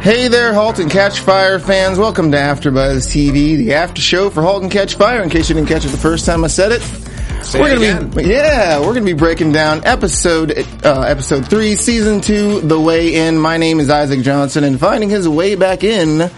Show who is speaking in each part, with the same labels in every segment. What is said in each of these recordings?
Speaker 1: Hey there, Halt and Catch Fire fans. Welcome to AfterBuzz TV, the after show for Halt and Catch Fire. In case you didn't catch it the first time I said it, we're
Speaker 2: it
Speaker 1: gonna be yeah, we're gonna be breaking down episode uh, episode three, season two, the way in. My name is Isaac Johnson, and finding his way back in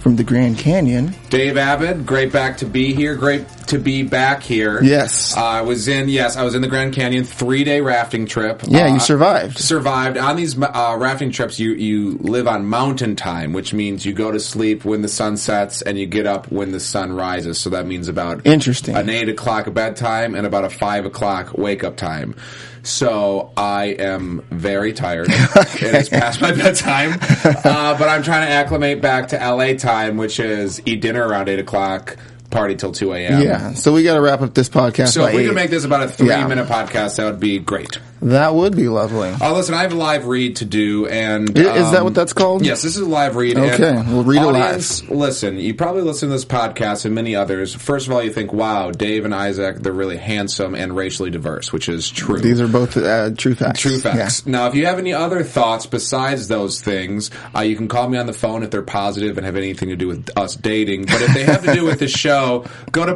Speaker 1: from the Grand Canyon.
Speaker 2: Dave Abbott, great back to be here. Great to be back here.
Speaker 1: Yes.
Speaker 2: Uh, I was in. Yes, I was in the Grand Canyon three day rafting trip.
Speaker 1: Yeah, you
Speaker 2: Uh,
Speaker 1: survived.
Speaker 2: Survived on these uh, rafting trips. You you live on mountain time, which means you go to sleep when the sun sets and you get up when the sun rises. So that means about
Speaker 1: Interesting.
Speaker 2: an eight o'clock bedtime and about a five o'clock wake up time. So I am very tired. It is past my bedtime, uh, but I'm trying to acclimate back to LA time, which is eat dinner around eight o'clock, party till two a.m.
Speaker 1: Yeah, so we got to wrap up this podcast.
Speaker 2: So
Speaker 1: by
Speaker 2: if we
Speaker 1: eight.
Speaker 2: could make this about a three
Speaker 1: Yeah.
Speaker 2: minute podcast, that would be great.
Speaker 1: that would be lovely.
Speaker 2: Oh, listen, I have a live read to do, and
Speaker 1: I- is that
Speaker 2: um,
Speaker 1: what that's called?
Speaker 2: Yes, this is a live read.
Speaker 1: Okay,
Speaker 2: and
Speaker 1: we'll read it live.
Speaker 2: audience, Listen, you probably listen to this podcast and many others. First of all, you think, "Wow, Dave and Isaac, they're really handsome and racially diverse," which is true.
Speaker 1: These are both uh, true facts.
Speaker 2: True
Speaker 1: Yeah.
Speaker 2: facts. Now, if you have any other thoughts besides those things, uh, you can call me on the phone if they're positive and have anything to do with us dating. But if they have to do with the show, go to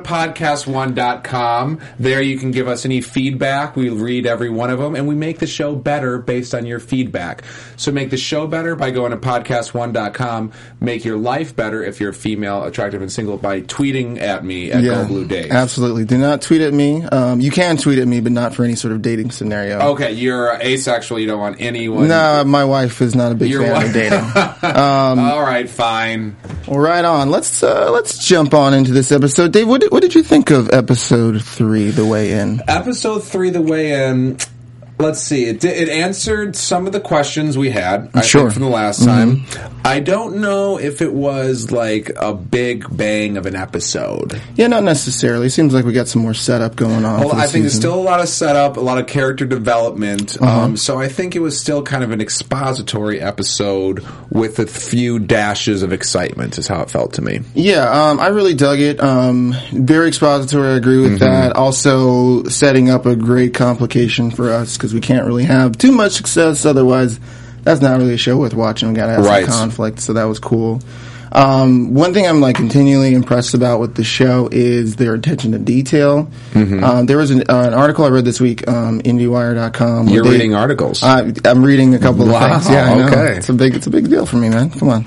Speaker 2: podcast1.com. There you can give us any feedback. We read every one of them and we make the show better based on your feedback. So make the show better by going to podcast1.com. Make your life better if you're female, attractive, and single by tweeting at me at Go Blue Dave.
Speaker 1: Absolutely. Do not tweet at me. Um, you can tweet at me, but not for any sort of dating scenario.
Speaker 2: Okay, you're asexual. You don't want anyone.
Speaker 1: No, my wife is not a big
Speaker 2: Your
Speaker 1: fan of
Speaker 2: wife-
Speaker 1: dating.
Speaker 2: All right, fine.
Speaker 1: well, right on. Let's uh, let's jump on into this episode. Dave, what did, what did you think of episode three, The Way In?
Speaker 2: episode three, the way in. Let's see. It, di- it answered some of the questions we had. I
Speaker 1: Sure.
Speaker 2: think, from the last time. I don't know if it was like a big bang of an episode.
Speaker 1: Yeah, not necessarily. Seems like we got some more setup going on.
Speaker 2: Well,
Speaker 1: for the
Speaker 2: I think there's
Speaker 1: season.
Speaker 2: still a lot of setup, a lot of character development. Um, so I think it was still kind of an expository episode with a few dashes of excitement. Is how it felt to me.
Speaker 1: Yeah, um, I really dug it. Um, very expository. I agree
Speaker 2: Mm-hmm.
Speaker 1: with that. Also, setting up a great complication for us because we can't really have too much success. Otherwise, that's not really a show worth watching. We got to have
Speaker 2: Right.
Speaker 1: some conflict. So that was cool. Um, one thing I'm like continually impressed about with the show is their attention to detail.
Speaker 2: Mm-hmm.
Speaker 1: Um, there was an, uh, an article I read this week, um, IndieWire.com. where
Speaker 2: You're
Speaker 1: they-
Speaker 2: reading articles.
Speaker 1: I, I'm reading a couple
Speaker 2: Wow,
Speaker 1: of things. Yeah, I know.
Speaker 2: okay.
Speaker 1: It's a big, it's a big deal for me, man. Come on.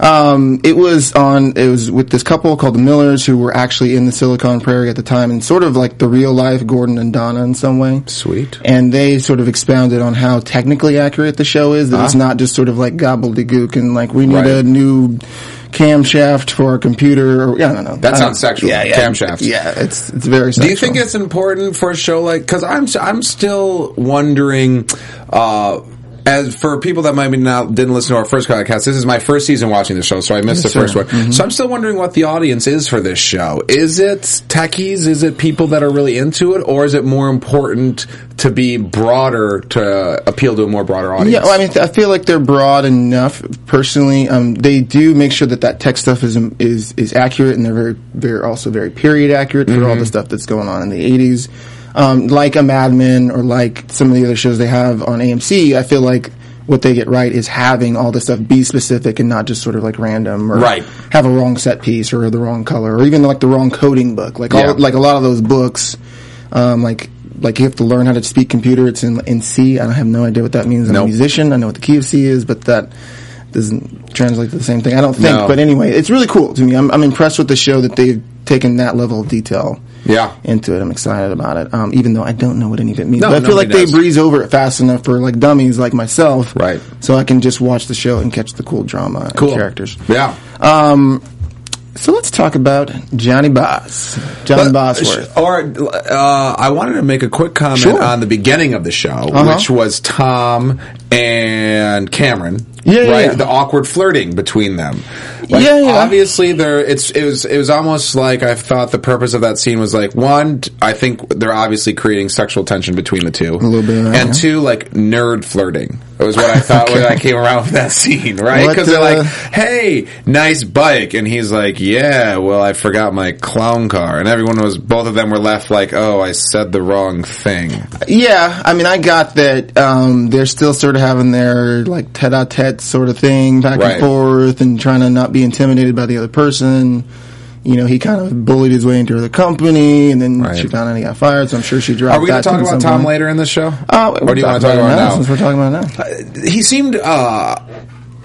Speaker 1: Um, it was on. It was with this couple called the Millers, who were actually in the Silicon Prairie at the time, and sort of like the real life Gordon and Donna in some way.
Speaker 2: Sweet.
Speaker 1: And they sort of expounded on how technically accurate the show is. That it's not just sort of like gobbledygook and like we need
Speaker 2: Uh-huh. Right.
Speaker 1: a new camshaft for our computer. Or yeah, I don't know.
Speaker 2: That
Speaker 1: I
Speaker 2: sounds
Speaker 1: don't-
Speaker 2: sexual.
Speaker 1: Yeah, yeah.
Speaker 2: Camshafts.
Speaker 1: Yeah, it's it's very. Sexual.
Speaker 2: Do you think it's important for a show like? Because I'm I'm still wondering. Uh, as for people that maybe not didn't listen to our first podcast, this is my first season watching the show, so I missed the
Speaker 1: sir. Mm-hmm.
Speaker 2: first one. So I'm still wondering what the audience is for this show. Is it techies? Is it people that are really into it, or is it more important to be broader to appeal to a more broader audience?
Speaker 1: Yeah, well, I mean, th- I feel like they're broad enough. Personally, um, they do make sure that that tech stuff is is is accurate, and they're very they're also very period accurate for
Speaker 2: Mm-hmm.
Speaker 1: all the stuff that's going on in the eighties. Um, like a Mad Men or like some of the other shows they have on AMC, I feel like what they get right is having all this stuff be specific and not just sort of like random or
Speaker 2: Right.
Speaker 1: have a wrong set piece or the wrong color or even like the wrong coding book. Like all,
Speaker 2: Yeah.
Speaker 1: like a lot of those books, um, like like you have to learn how to speak computer. It's in in C. I have no idea what that means. I'm a
Speaker 2: Nope.
Speaker 1: musician. I know what the key of C is, but that doesn't translate to the same thing. I don't think.
Speaker 2: No.
Speaker 1: But anyway, it's really cool to me. I'm I'm impressed with the show that they've taken that level of detail.
Speaker 2: Yeah.
Speaker 1: into it. I'm excited about it. Um, even though I don't know what any of it means,
Speaker 2: No,
Speaker 1: but I feel like
Speaker 2: nobody
Speaker 1: they
Speaker 2: does.
Speaker 1: breeze over it fast enough for like dummies like myself,
Speaker 2: Right.
Speaker 1: So I can just watch the show and catch the cool drama
Speaker 2: Cool.
Speaker 1: and characters.
Speaker 2: Yeah.
Speaker 1: Um, so let's talk about Johnny Boss, John Bosworth.
Speaker 2: Or uh, I wanted to make a quick comment
Speaker 1: Sure.
Speaker 2: on the beginning of the show,
Speaker 1: Uh-huh.
Speaker 2: which was Tom and Cameron.
Speaker 1: Yeah, yeah,
Speaker 2: right.
Speaker 1: yeah.
Speaker 2: The awkward flirting between them. Like,
Speaker 1: Yeah, yeah.
Speaker 2: Obviously, there. It's it was it was almost like I thought the purpose of that scene was like one. t- I think they're obviously creating sexual tension between the two, a
Speaker 1: little bit,
Speaker 2: and
Speaker 1: yeah.
Speaker 2: two like nerd flirting. It was what I thought when I came around with that scene, right?
Speaker 1: What
Speaker 2: Because they're
Speaker 1: the-
Speaker 2: like, hey, nice bike. And he's like, yeah, well, I forgot my clown car. And everyone was, both of them were left like, oh, I said the wrong thing.
Speaker 1: Yeah, I mean, I got that. Um, they're still sort of having their like tete-a-tete sort of thing back
Speaker 2: Right.
Speaker 1: and forth, and trying to not be intimidated by the other person. You know, he kind of bullied his way into the company, and then
Speaker 2: Right.
Speaker 1: she found out he got fired. So I'm sure she dropped.
Speaker 2: Are we going
Speaker 1: that
Speaker 2: to talk
Speaker 1: him at
Speaker 2: about
Speaker 1: some
Speaker 2: Tom
Speaker 1: point.
Speaker 2: later in this show?
Speaker 1: Uh,
Speaker 2: or
Speaker 1: we'll
Speaker 2: do you want to
Speaker 1: about it
Speaker 2: talk about
Speaker 1: now,
Speaker 2: it now?
Speaker 1: Since we're talking about it now.
Speaker 2: he seemed uh,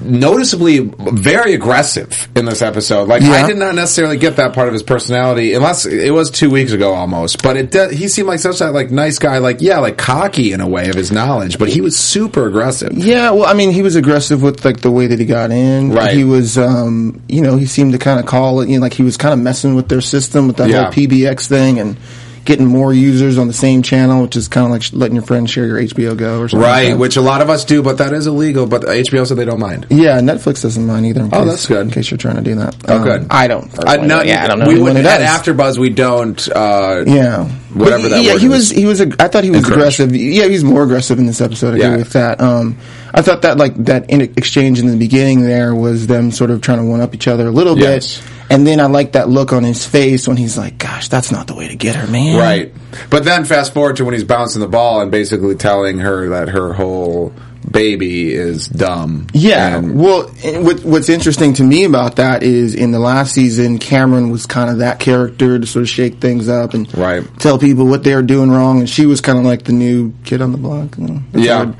Speaker 2: noticeably very aggressive in this episode. Like
Speaker 1: Yeah.
Speaker 2: I did not necessarily get that part of his personality, unless it was two weeks ago almost. But it de- he seemed like such that like nice guy, like yeah, like cocky in a way of his knowledge, but he was super aggressive.
Speaker 1: Yeah, well, I mean, he was aggressive with like the way that he got in.
Speaker 2: Right.
Speaker 1: He was, um, you know, he seemed to kind of call it, you know, like he was kind of messing with their system with that
Speaker 2: Yeah.
Speaker 1: whole PBX thing and getting more users on the same channel, which is kind of like sh- letting your friends share your HBO Go or something.
Speaker 2: Right,
Speaker 1: Like that.
Speaker 2: which a lot of us do, but that is illegal. But HBO said they don't mind.
Speaker 1: Yeah, Netflix doesn't mind either. in
Speaker 2: Oh,
Speaker 1: case-
Speaker 2: that's good.
Speaker 1: In case you're trying to do that. Um,
Speaker 2: Oh, good.
Speaker 1: I don't.
Speaker 2: Uh,
Speaker 1: personally, but yeah, I don't know.
Speaker 2: We
Speaker 1: anyone
Speaker 2: would
Speaker 1: who
Speaker 2: at
Speaker 1: does.
Speaker 2: AfterBuzz we don't. Uh,
Speaker 1: Yeah.
Speaker 2: Whatever
Speaker 1: But
Speaker 2: that
Speaker 1: Yeah,
Speaker 2: word
Speaker 1: he
Speaker 2: is.
Speaker 1: was. He was. ag- I thought he was
Speaker 2: Encourage.
Speaker 1: aggressive. Yeah, he's more aggressive in this episode. I
Speaker 2: Yeah.
Speaker 1: agree with that. Um, I thought that like that in exchange in the beginning there was them sort of trying to one up each other a little
Speaker 2: Yes.
Speaker 1: bit, and then I like that look on his face when he's like, "Gosh, that's not the way to get her, man."
Speaker 2: Right. But then fast forward to when he's bouncing the ball and basically telling her that her whole baby is dumb.
Speaker 1: Yeah.
Speaker 2: And-
Speaker 1: well, and what, what's interesting to me about that is in the last season, Cameron was kind of that character to sort of shake things up and
Speaker 2: Right.
Speaker 1: tell people what they were doing wrong, and she was kind of like the new kid on the block. you know? That's
Speaker 2: Yeah.
Speaker 1: weird.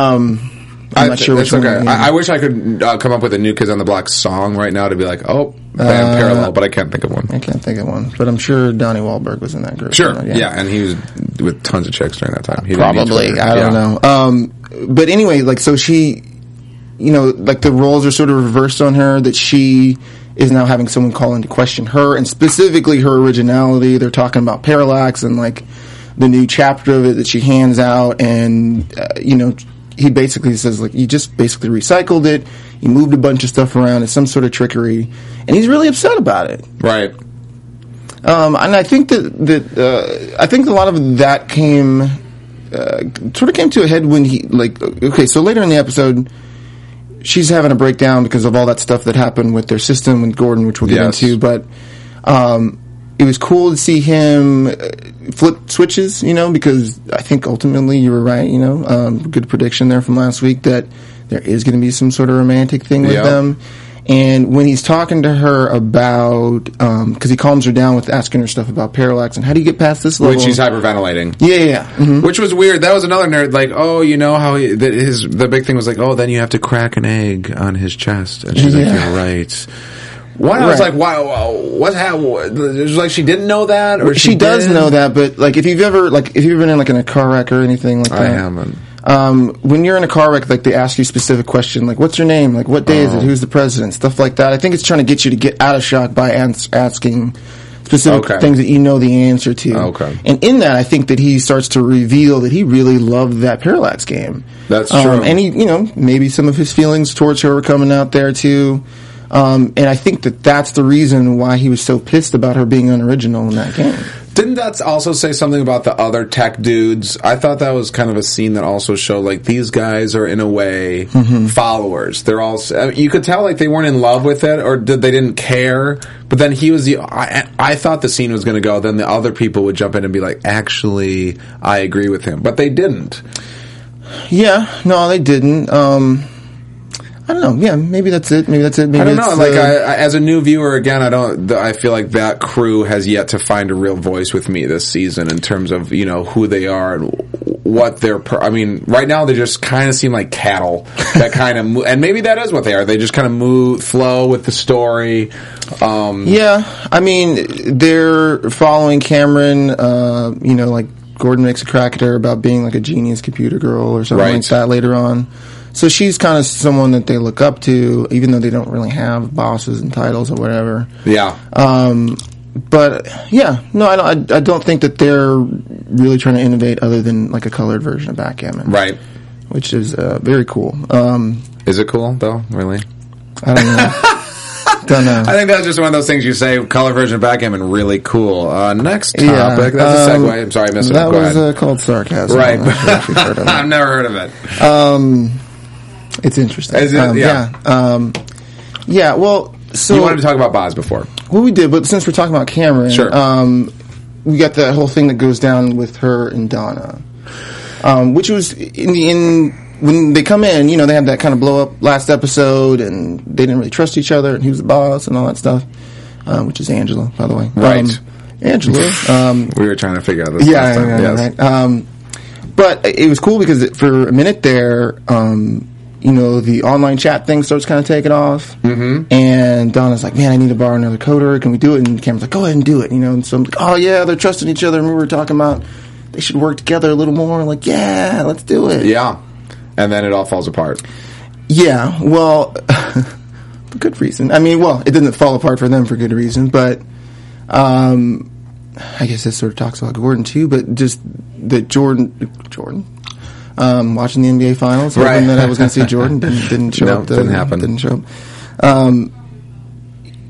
Speaker 1: Um, I'm not
Speaker 2: That's-
Speaker 1: sure which
Speaker 2: that's
Speaker 1: one.
Speaker 2: okay.
Speaker 1: yeah.
Speaker 2: I, I wish I could uh, come up with a new Kids on the Block song right now to be like, oh, bam, parallel, but I can't think of one.
Speaker 1: Uh, I can't think of one, but I'm sure Donnie Wahlberg was in that group.
Speaker 2: Sure. Yeah. and he was with tons of chicks during that time. He didn't need
Speaker 1: probably.
Speaker 2: Twitter.
Speaker 1: I don't
Speaker 2: Yeah.
Speaker 1: know. Um, but anyway, like so she, you know, like the roles are sort of reversed on her that she is now having someone call into question her and specifically her originality. They're talking about parallax and like the new chapter of it that she hands out, and uh, you know, he basically says like you just basically recycled it. You moved a bunch of stuff around. It's some sort of trickery, and he's really upset about it.
Speaker 2: Right.
Speaker 1: Um, and I think that that uh, I think a lot of that came uh, sort of came to a head when he like okay, so later in the episode, she's having a breakdown because of all that stuff that happened with their system with Gordon, which we'll get
Speaker 2: Yes.
Speaker 1: into. But um, it was cool to see him uh, flip switches, you know, because I think ultimately you were right, you know, um, good prediction there from last week that there is going to be some sort of romantic thing with
Speaker 2: Yeah.
Speaker 1: them. And when he's talking to her about, because he calms her down with asking her stuff about parallax and how do you get past this level?
Speaker 2: Which Mm-hmm. he's hyperventilating.
Speaker 1: yeah, yeah, yeah. Mhm.
Speaker 2: Which was weird. That was another nerd. Like, oh, you know how he, that his the big thing was like, oh, then you have to crack an egg on his chest, and she's like,
Speaker 1: Yeah.
Speaker 2: you're right. One, I was
Speaker 1: Right.
Speaker 2: like, wow, what happened? It was like she didn't know that, or
Speaker 1: She does
Speaker 2: did?
Speaker 1: know that, but like if you've ever like if you've been in like in a car wreck or anything like that,
Speaker 2: I haven't.
Speaker 1: um, when you're in a car wreck, like they ask you specific question, like what's your name, like what day is
Speaker 2: Uh-huh.
Speaker 1: it, who's the president, stuff like that. I think it's trying to get you to get out of shock by ans- asking specific
Speaker 2: Okay.
Speaker 1: things that you know the answer to.
Speaker 2: Okay.
Speaker 1: And in that, I think that he starts to reveal that he really loved that parallax game.
Speaker 2: That's
Speaker 1: Um,
Speaker 2: true.
Speaker 1: And he, you know, maybe some of his feelings towards her were coming out there too. Um, and I think that that's the reason why he was so pissed about her being unoriginal in that game.
Speaker 2: Didn't that also say something about the other tech dudes? I thought that was kind of a scene that also showed like these guys are in a way followers. They're all I mean, you could tell like they weren't in love with it or did they didn't care. But then he was the I, I thought the scene was going to go. Then the other people would jump in and be like, actually, I agree with him, but they didn't.
Speaker 1: Yeah, no, they didn't. Um, I don't know. Yeah, maybe that's it. Maybe that's it. Maybe
Speaker 2: I don't
Speaker 1: it's,
Speaker 2: know. Like
Speaker 1: uh,
Speaker 2: I, I, as a new viewer, again, I don't. th- I feel like that crew has yet to find a real voice with me this season in terms of you know who they are and wh- what they're. Per- I mean, right now they just kind of seem like cattle that kind of, mo- and maybe that is what they are. They just kind of move, flow with the story. Um,
Speaker 1: Yeah, I mean, they're following Cameron. Uh, you know, like Gordon makes a crack at her about being like a genius computer girl or something
Speaker 2: Right.
Speaker 1: like that later on. So she's kind of someone that they look up to, even though they don't really have bosses and titles or whatever.
Speaker 2: Yeah.
Speaker 1: But yeah, no, I don't, I, I don't think that they're really trying to innovate other than like a colored version of backgammon,
Speaker 2: right.
Speaker 1: Which is uh, very cool. Um,
Speaker 2: Is it cool though? Really?
Speaker 1: I don't know. don't know.
Speaker 2: I think that's just one of those things you say. Color version of backgammon, really cool. Uh, next topic. that's
Speaker 1: um,
Speaker 2: a segue. I'm sorry, I missed
Speaker 1: That
Speaker 2: it. Go
Speaker 1: was
Speaker 2: ahead.
Speaker 1: uh, called sarcasm.
Speaker 2: Right.
Speaker 1: I'm not sure if you've heard of it.
Speaker 2: I've never heard of it.
Speaker 1: It's interesting.
Speaker 2: Is it?
Speaker 1: Um,
Speaker 2: Yeah.
Speaker 1: Yeah. Um, yeah, Well, so
Speaker 2: You wanted to talk about Boz before.
Speaker 1: Well, we did, but since we're talking about Cameron,
Speaker 2: Sure.
Speaker 1: um, we got that whole thing that goes down with her and Donna, um, which was in the in when they come in, you know, they have that kind of blow up last episode, and they didn't really trust each other, and who's the boss, and all that stuff, um, which is Angela, by the way,
Speaker 2: Right.
Speaker 1: Um, Angela, um,
Speaker 2: We were trying to figure out this.
Speaker 1: yeah,
Speaker 2: last
Speaker 1: yeah,
Speaker 2: time.
Speaker 1: yeah,
Speaker 2: Yes.
Speaker 1: right. Um, but it it was cool because it- for a minute there, um, you know, the online chat thing starts kind of taking off, mm-hmm. and Donna's like, "Man, I need to borrow another coder. Can we do it?" And Cameron's like, "Go ahead and do it." You know, and so I'm like, "Oh yeah, they're trusting each other." And we were talking about they should work together a little more. Like, yeah, let's do it.
Speaker 2: Yeah. And then it all falls apart.
Speaker 1: Yeah, well, for good reason. I mean, well, it didn't fall apart for them for good reason, but um, I guess this sort of talks about Gordon too. But just that Jordan, Jordan, um, watching the NBA Finals,
Speaker 2: Right.
Speaker 1: hoping that I was going to see Jordan didn't, didn't show
Speaker 2: No,
Speaker 1: up. to-
Speaker 2: didn't happen.
Speaker 1: Didn't show up. Um,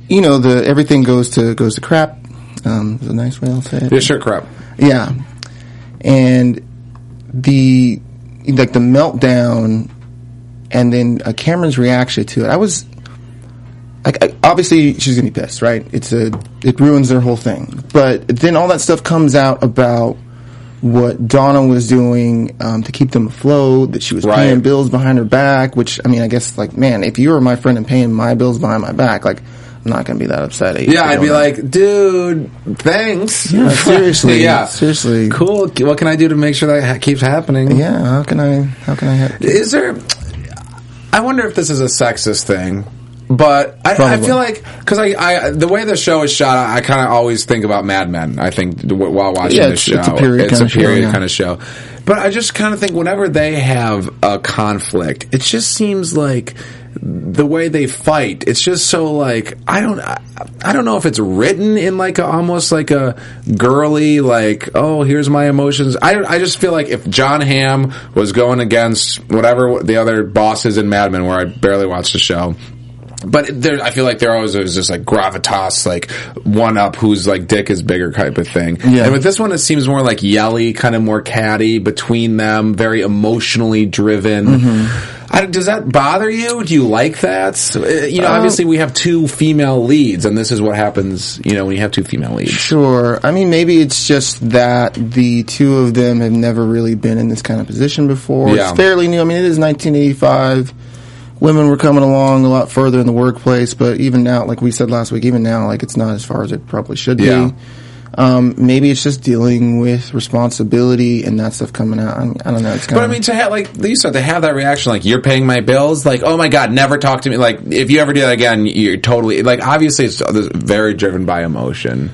Speaker 1: you know, the everything goes to goes to crap. Um, is a nice way I'll say it.
Speaker 2: Yeah, sure, crap.
Speaker 1: Yeah, and the like the meltdown, and then uh, Cameron's reaction to it. I was like, I, obviously she's gonna be pissed, right? It's a it ruins their whole thing. But then all that stuff comes out about what Donna was doing um, to keep them afloat, that she was
Speaker 2: Right.
Speaker 1: paying bills behind her back. Which I mean, I guess like man, if you were my friend and paying my bills behind my back, like I'm not gonna be that upset. at you
Speaker 2: Yeah,
Speaker 1: for
Speaker 2: I'd be
Speaker 1: doing that.
Speaker 2: like, dude, thanks.
Speaker 1: Yeah, seriously,
Speaker 2: yeah.
Speaker 1: seriously.
Speaker 2: Cool. What can I do to make sure that ha- keeps happening?
Speaker 1: Yeah, how can I? How can I? Have,
Speaker 2: Is there. I wonder if this is a sexist thing. But I, I
Speaker 1: Probably.
Speaker 2: feel like because I, I the way the show is shot, I kind of always think about Mad Men. I think w- while watching
Speaker 1: Yeah,
Speaker 2: this
Speaker 1: it's-
Speaker 2: show,
Speaker 1: it's a period
Speaker 2: It's
Speaker 1: kinda
Speaker 2: a
Speaker 1: show,
Speaker 2: period
Speaker 1: yeah.
Speaker 2: kind of show. But I just kind of think whenever they have a conflict, it just seems like the way they fight. It's just so like I don't I, I don't know if it's written in like a, almost like a girly like oh here's my emotions. I I just feel like if John Hamm was going against whatever the other bosses in Mad Men, where I barely watched the show, but there, I feel like there always is this like gravitas, like one up who's like dick is bigger type of thing.
Speaker 1: Yeah.
Speaker 2: And with this one, it seems more like yelly, kind of more catty between them, very emotionally driven. I, does that bother you? Do you like that? Uh, You know, obviously we have two female leads, and this is what happens. You know, when you have two female leads.
Speaker 1: sure. I mean, maybe it's just that the two of them have never really been in this kind of position before.
Speaker 2: Yeah.
Speaker 1: It's fairly new. I mean, it is 1985. Women were coming along a lot further in the workplace, but even now, like we said last week, even now, like it's not as far as it probably should
Speaker 2: Yeah.
Speaker 1: be. Um, maybe it's just dealing with responsibility and that stuff coming out. I, I don't know. It's kind
Speaker 2: But I mean, to have like you said, to have that reaction, like you're paying my bills, like oh my god, never talk to me. Like if you ever do that again, you're totally like obviously it's uh, very driven by emotion.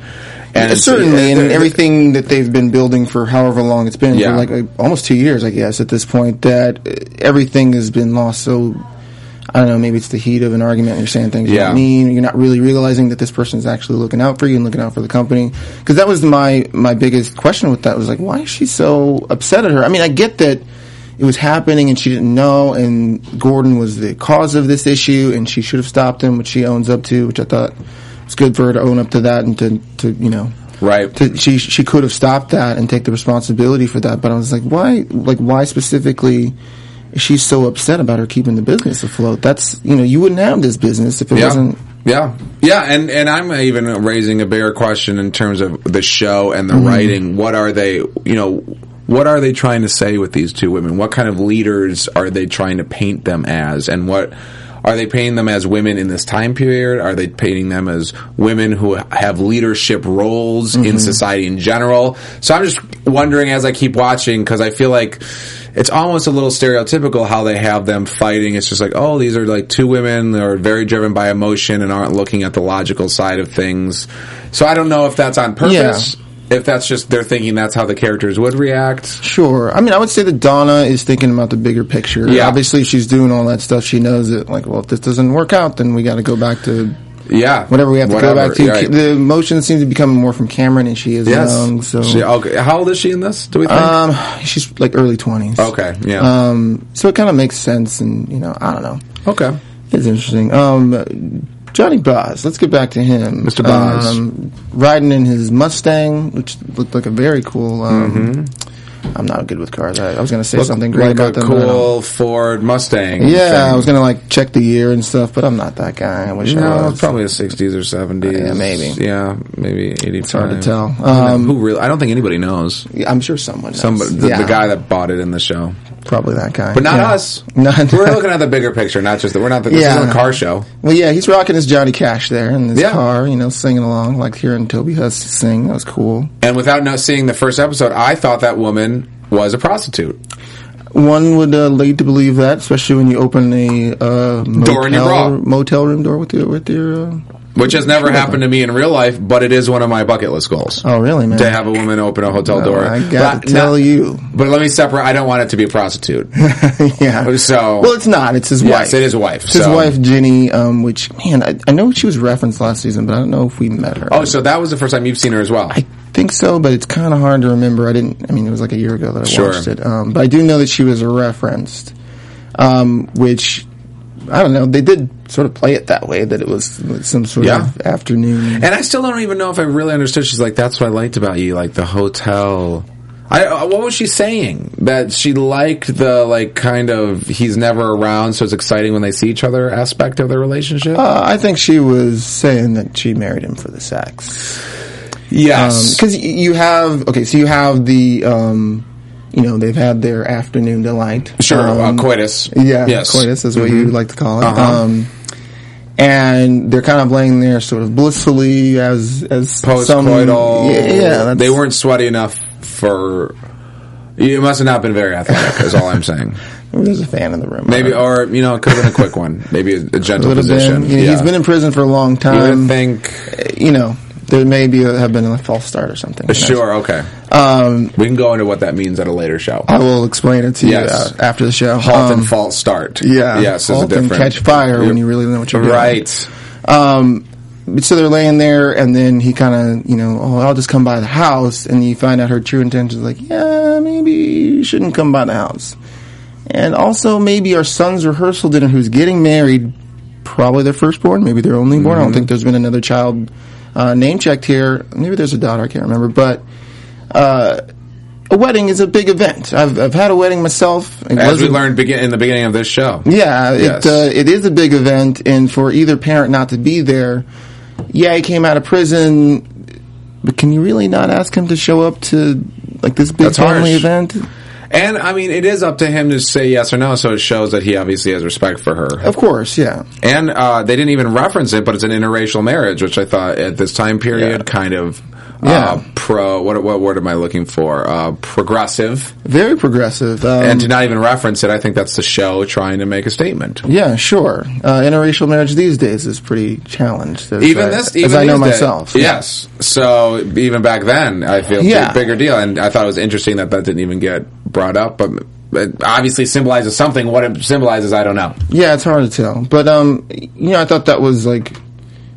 Speaker 2: And uh, it's-
Speaker 1: certainly, and
Speaker 2: it-
Speaker 1: everything that they've been building for however long it's been,
Speaker 2: Yeah.
Speaker 1: for like, like almost two years, I guess, at this point, that uh, everything has been lost. So I don't know, maybe it's the heat of an argument. and You're saying things you
Speaker 2: Yeah.
Speaker 1: don't mean. or You're not really realizing that this person is actually looking out for you and looking out for the company. Because that was my my biggest question with that was like, why is she so upset at her? I mean, I get that. It was happening and she didn't know and Gordon was the cause of this issue and she should have stopped him, which she owns up to, which I thought was good for her to own up to that and to, to you know,
Speaker 2: Right.
Speaker 1: to, she she could have stopped that and take the responsibility for that. But I was like, why? Like, why specifically? is she so upset about her keeping the business afloat. That's you know, you wouldn't have this business if it
Speaker 2: yeah.
Speaker 1: wasn't.
Speaker 2: Yeah, yeah, and and I'm even raising a bigger question in terms of the show and the
Speaker 1: Mm-hmm.
Speaker 2: writing. What are they? You know, what are they trying to say with these two women? What kind of leaders are they trying to paint them as? And what are they painting them as women in this time period? Are they painting them as women who have leadership roles
Speaker 1: Mm-hmm.
Speaker 2: in society in general? So I'm just wondering as I keep watching because I feel like it's almost a little stereotypical how they have them fighting. It's just like, oh, these are like two women that are very driven by emotion and aren't looking at the logical side of things. So I don't know if that's on purpose. if that's just they're thinking that's how the characters would react.
Speaker 1: Sure. I mean, I would say that Donna is thinking about the bigger picture.
Speaker 2: Yeah.
Speaker 1: Obviously, she's doing all that stuff. She knows that, like, well, if this doesn't work out, then we got to go back to
Speaker 2: Yeah,
Speaker 1: whatever we have to go
Speaker 2: Whatever,
Speaker 1: back to.
Speaker 2: right.
Speaker 1: The emotions seem to be coming more from Cameron, and she is
Speaker 2: yes.
Speaker 1: young. So,
Speaker 2: She- okay. How old is she in this? Do we think?
Speaker 1: um, she's like early twenties.
Speaker 2: okay. Yeah.
Speaker 1: Um, so it kind of makes sense, and you know, I don't know.
Speaker 2: okay.
Speaker 1: It's interesting. Um, Johnny Boz. Let's get back to him.
Speaker 2: Mr. Boz.
Speaker 1: Um, riding in his Mustang, which looked like a very cool. Um, I'm not good with cars. I, I was going to say something great
Speaker 2: Mm-hmm. like
Speaker 1: about them.
Speaker 2: a
Speaker 1: but I don't-
Speaker 2: cool Ford Mustang.
Speaker 1: Yeah, I
Speaker 2: thing.
Speaker 1: was gonna like check the year and stuff, but I'm not that guy. I wish I
Speaker 2: No,
Speaker 1: was.
Speaker 2: it's probably the '60s or '70s.
Speaker 1: Yeah, maybe.
Speaker 2: Yeah, maybe '85. It's
Speaker 1: hard to tell. Um,
Speaker 2: who really? I don't think anybody knows.
Speaker 1: Yeah, I'm sure someone. Knows.
Speaker 2: Somebody, the,
Speaker 1: Yeah,
Speaker 2: the guy that bought it in the show,
Speaker 1: probably that guy,
Speaker 2: but not
Speaker 1: Yeah.
Speaker 2: us.
Speaker 1: Not-
Speaker 2: we're looking at the bigger picture, not just that. We're not. The, this
Speaker 1: Yeah.
Speaker 2: isn't a car show.
Speaker 1: Well, yeah, he's rocking his Johnny Cash there in his
Speaker 2: Yeah.
Speaker 1: car, you know, singing along, like hearing Toby Huss sing. That was cool.
Speaker 2: And without no seeing the first episode, I thought that woman was a prostitute.
Speaker 1: One would uh, lead to believe that, especially when you open a uh, motel,
Speaker 2: Door in your bra.
Speaker 1: motel room door with your with your. Uh,
Speaker 2: Which has never happened to me in real life, but it is one of my bucket list goals.
Speaker 1: oh, really, man?
Speaker 2: To have a woman open a hotel
Speaker 1: Oh,
Speaker 2: door.
Speaker 1: I gotta
Speaker 2: But
Speaker 1: tell
Speaker 2: not-
Speaker 1: you.
Speaker 2: But let me separate. I don't want it to be a prostitute.
Speaker 1: yeah.
Speaker 2: Oh, So-
Speaker 1: well, it's not. It's his
Speaker 2: Yes,
Speaker 1: wife.
Speaker 2: it is a wife,
Speaker 1: It's his
Speaker 2: so-
Speaker 1: wife Ginny. Um, which man, I, I know she was referenced last season, but I don't know if we met her.
Speaker 2: Oh, so that was the first time you've seen her as well.
Speaker 1: I think so, but it's kind of hard to remember. I didn't. I mean, it was like a year ago that I
Speaker 2: Sure.
Speaker 1: watched it. Um, but I do know that she was referenced, um, which I don't know. They did sort of play it that way that it was some sort
Speaker 2: Yeah.
Speaker 1: of afternoon.
Speaker 2: And I still don't even know if I really understood. She's like, that's what I liked about you, like the hotel. I, uh, what was she saying? That she liked the like kind of he's never around, so it's exciting when they see each other aspect of their relationship.
Speaker 1: Uh, I think she was saying that she married him for the sex.
Speaker 2: yes,
Speaker 1: because you have okay, so you have the um, you know they've had their afternoon delight.
Speaker 2: sure,
Speaker 1: Um,
Speaker 2: uh, coitus.
Speaker 1: Yeah,
Speaker 2: yes,
Speaker 1: coitus is what you like to call it.
Speaker 2: Uh-huh.
Speaker 1: Um, and they're kind of laying there, sort of blissfully as as some- Yeah,
Speaker 2: Postcoital.
Speaker 1: yeah that's-
Speaker 2: they weren't sweaty enough for. You must have not been very athletic. is all I'm saying.
Speaker 1: There's a fan in the room.
Speaker 2: Maybe, or you know, it could have been a quick one. Maybe a, a
Speaker 1: it
Speaker 2: gentle
Speaker 1: would have
Speaker 2: position.
Speaker 1: been. you know, He's been in um, prison for a long
Speaker 2: You would
Speaker 1: time.
Speaker 2: think.
Speaker 1: You know, there may be a, have been a false start or something. who knows?
Speaker 2: Sure. Okay.
Speaker 1: Um,
Speaker 2: We can go into what that means at a later show.
Speaker 1: I will explain it to you
Speaker 2: Yes.
Speaker 1: uh, after the show.
Speaker 2: halt
Speaker 1: Um,
Speaker 2: and false start.
Speaker 1: Yeah.
Speaker 2: Yes, is a
Speaker 1: halt and
Speaker 2: different.
Speaker 1: catch fire when you really don't know what you're doing.
Speaker 2: Right.
Speaker 1: Um, but so they're laying there, and then he kind of, you know, oh, I'll just come by the house, and you find out her true intentions. Like, yeah, maybe you shouldn't come by the house, and also maybe our son's rehearsal dinner. Who's getting married? Probably their firstborn, maybe their onlyborn. I
Speaker 2: Mm-hmm.
Speaker 1: don't think there's been another child uh, name checked here. Maybe there's a daughter. I can't remember, but. Uh, a wedding is a big event. I've, I've had a wedding myself. It
Speaker 2: As we
Speaker 1: wasn't-
Speaker 2: learned begin- in the beginning of this show.
Speaker 1: yeah,
Speaker 2: Yes.
Speaker 1: it uh, it is a big event, and for either parent not to be there, yeah, he came out of prison, but can you really not ask him to show up to like this big
Speaker 2: That's
Speaker 1: family
Speaker 2: harsh.
Speaker 1: event?
Speaker 2: And I mean, it is up to him to say yes or no. So it shows that he obviously has respect for her.
Speaker 1: Of course, yeah.
Speaker 2: And uh, they didn't even reference it, but it's an interracial marriage, which I thought at this time period
Speaker 1: Yeah.
Speaker 2: kind of
Speaker 1: Yeah.
Speaker 2: uh, pro. What what word am I looking for? Uh, progressive.
Speaker 1: Very progressive. Um,
Speaker 2: and to not even reference it, I think that's the show trying to make a statement.
Speaker 1: yeah, sure. Uh, interracial marriage these days is pretty challenged. as
Speaker 2: even
Speaker 1: I-
Speaker 2: this,
Speaker 1: as
Speaker 2: even
Speaker 1: I know
Speaker 2: these days-
Speaker 1: myself.
Speaker 2: Yes. So even back then, I feel
Speaker 1: Yeah.
Speaker 2: big, bigger deal, and I thought it was interesting that that didn't even get brought up, but. It obviously symbolizes something. What it symbolizes, I don't know.
Speaker 1: Yeah, it's hard to tell, but um, you know, I thought that was like,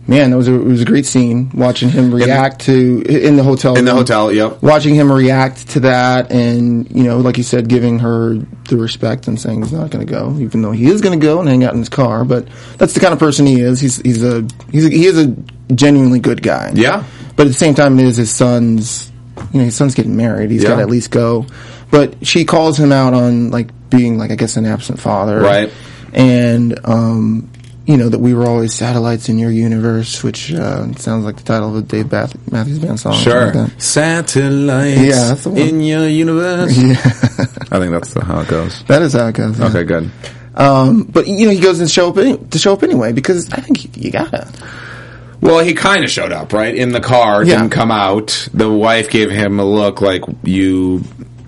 Speaker 1: man, that was a, it was a great scene watching him react to in the hotel
Speaker 2: In the
Speaker 1: room.
Speaker 2: hotel, yep.
Speaker 1: watching him react to that and you know like you said giving her the respect and saying he's not going to go even though he is going to go and hang out in his car but that's the kind of person he is he's he's a he's a, he is a genuinely good guy
Speaker 2: Yeah.
Speaker 1: but at the same time it is his son's you know his son's getting married He's
Speaker 2: Yeah.
Speaker 1: got to at least go but she calls him out on like being like i guess an absent father
Speaker 2: Right.
Speaker 1: and um you know that we were always satellites in your universe, which uh, sounds like the title of a Dave Bath- Matthews Band song. or something
Speaker 2: Sure.
Speaker 1: like that.
Speaker 2: Satellites
Speaker 1: Yeah, that's the one.
Speaker 2: in your universe. Yeah. I think that's the, how it goes.
Speaker 1: That is how it goes. yeah.
Speaker 2: Okay, good.
Speaker 1: Um, but you know, he goes and show up any- to show up anyway because I think he- you gotta.
Speaker 2: Well, he kind of showed up, right? In the car,
Speaker 1: Yeah.
Speaker 2: didn't come out. The wife gave him a look like, you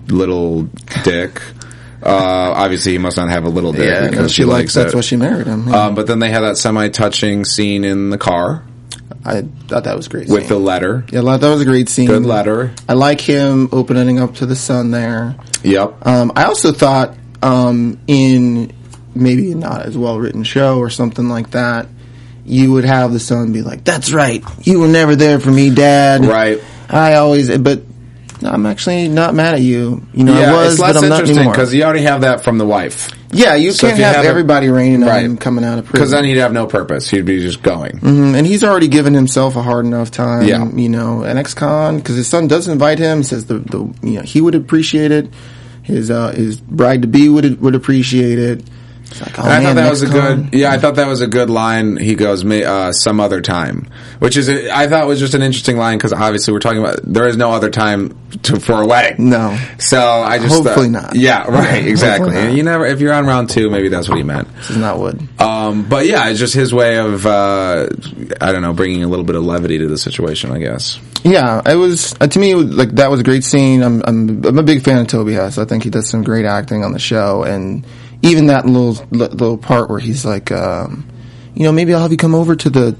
Speaker 2: little dick. Uh, obviously, he must not have a little dick
Speaker 1: and
Speaker 2: because
Speaker 1: she
Speaker 2: she likes
Speaker 1: that's
Speaker 2: it. Uh,
Speaker 1: why she married him. yeah.
Speaker 2: Um, but then they had that semi touching scene in the car.
Speaker 1: I thought that was great.
Speaker 2: with
Speaker 1: scene.
Speaker 2: the letter.
Speaker 1: yeah, I thought that was a great scene.
Speaker 2: Good letter.
Speaker 1: I like him opening up to the sun there.
Speaker 2: Yep.
Speaker 1: Um, I also thought um, in maybe not as well written show or something like that, you would have the son be like, "That's right, you were never there for me, Dad."
Speaker 2: Right.
Speaker 1: I always, but I'm actually not mad at you. You know, I
Speaker 2: yeah,
Speaker 1: was,
Speaker 2: it's less
Speaker 1: but I'm not
Speaker 2: interesting
Speaker 1: anymore.
Speaker 2: because you already have that from the wife.
Speaker 1: yeah, you
Speaker 2: So if
Speaker 1: can't
Speaker 2: you
Speaker 1: have,
Speaker 2: have a-
Speaker 1: everybody raining on
Speaker 2: Right.
Speaker 1: him coming out of prison.
Speaker 2: Because then he'd have no purpose. He'd be just going.
Speaker 1: Mm, and he's already given himself a hard enough time.
Speaker 2: Yeah.
Speaker 1: You know, an ex-con because his son does invite him. Says the, the you know he would appreciate it. His uh, his bride to be would would appreciate it. It's like, oh,
Speaker 2: I thought
Speaker 1: man,
Speaker 2: that was a
Speaker 1: ex-con.
Speaker 2: good. Yeah, I thought that was a good line. He goes, "May- uh, "Some other time," which is a- I thought was just an interesting line because obviously we're talking about there is no other time to, for a wedding.
Speaker 1: No.
Speaker 2: So I just thought-
Speaker 1: Hopefully not.
Speaker 2: Yeah, right. Exactly.
Speaker 1: not.
Speaker 2: You never. If you're on round two, maybe that's what he meant.
Speaker 1: This is not wood.
Speaker 2: Um, but yeah, it's just his way of uh, I don't know, bringing a little bit of levity to the situation. I guess.
Speaker 1: Yeah, it was uh, to me it was, like that was a great scene. I'm I'm I'm a big fan of Toby Huss. I think he does some great acting on the show, and even that little li- little part where he's like, um, you know, maybe I'll have you come over to the.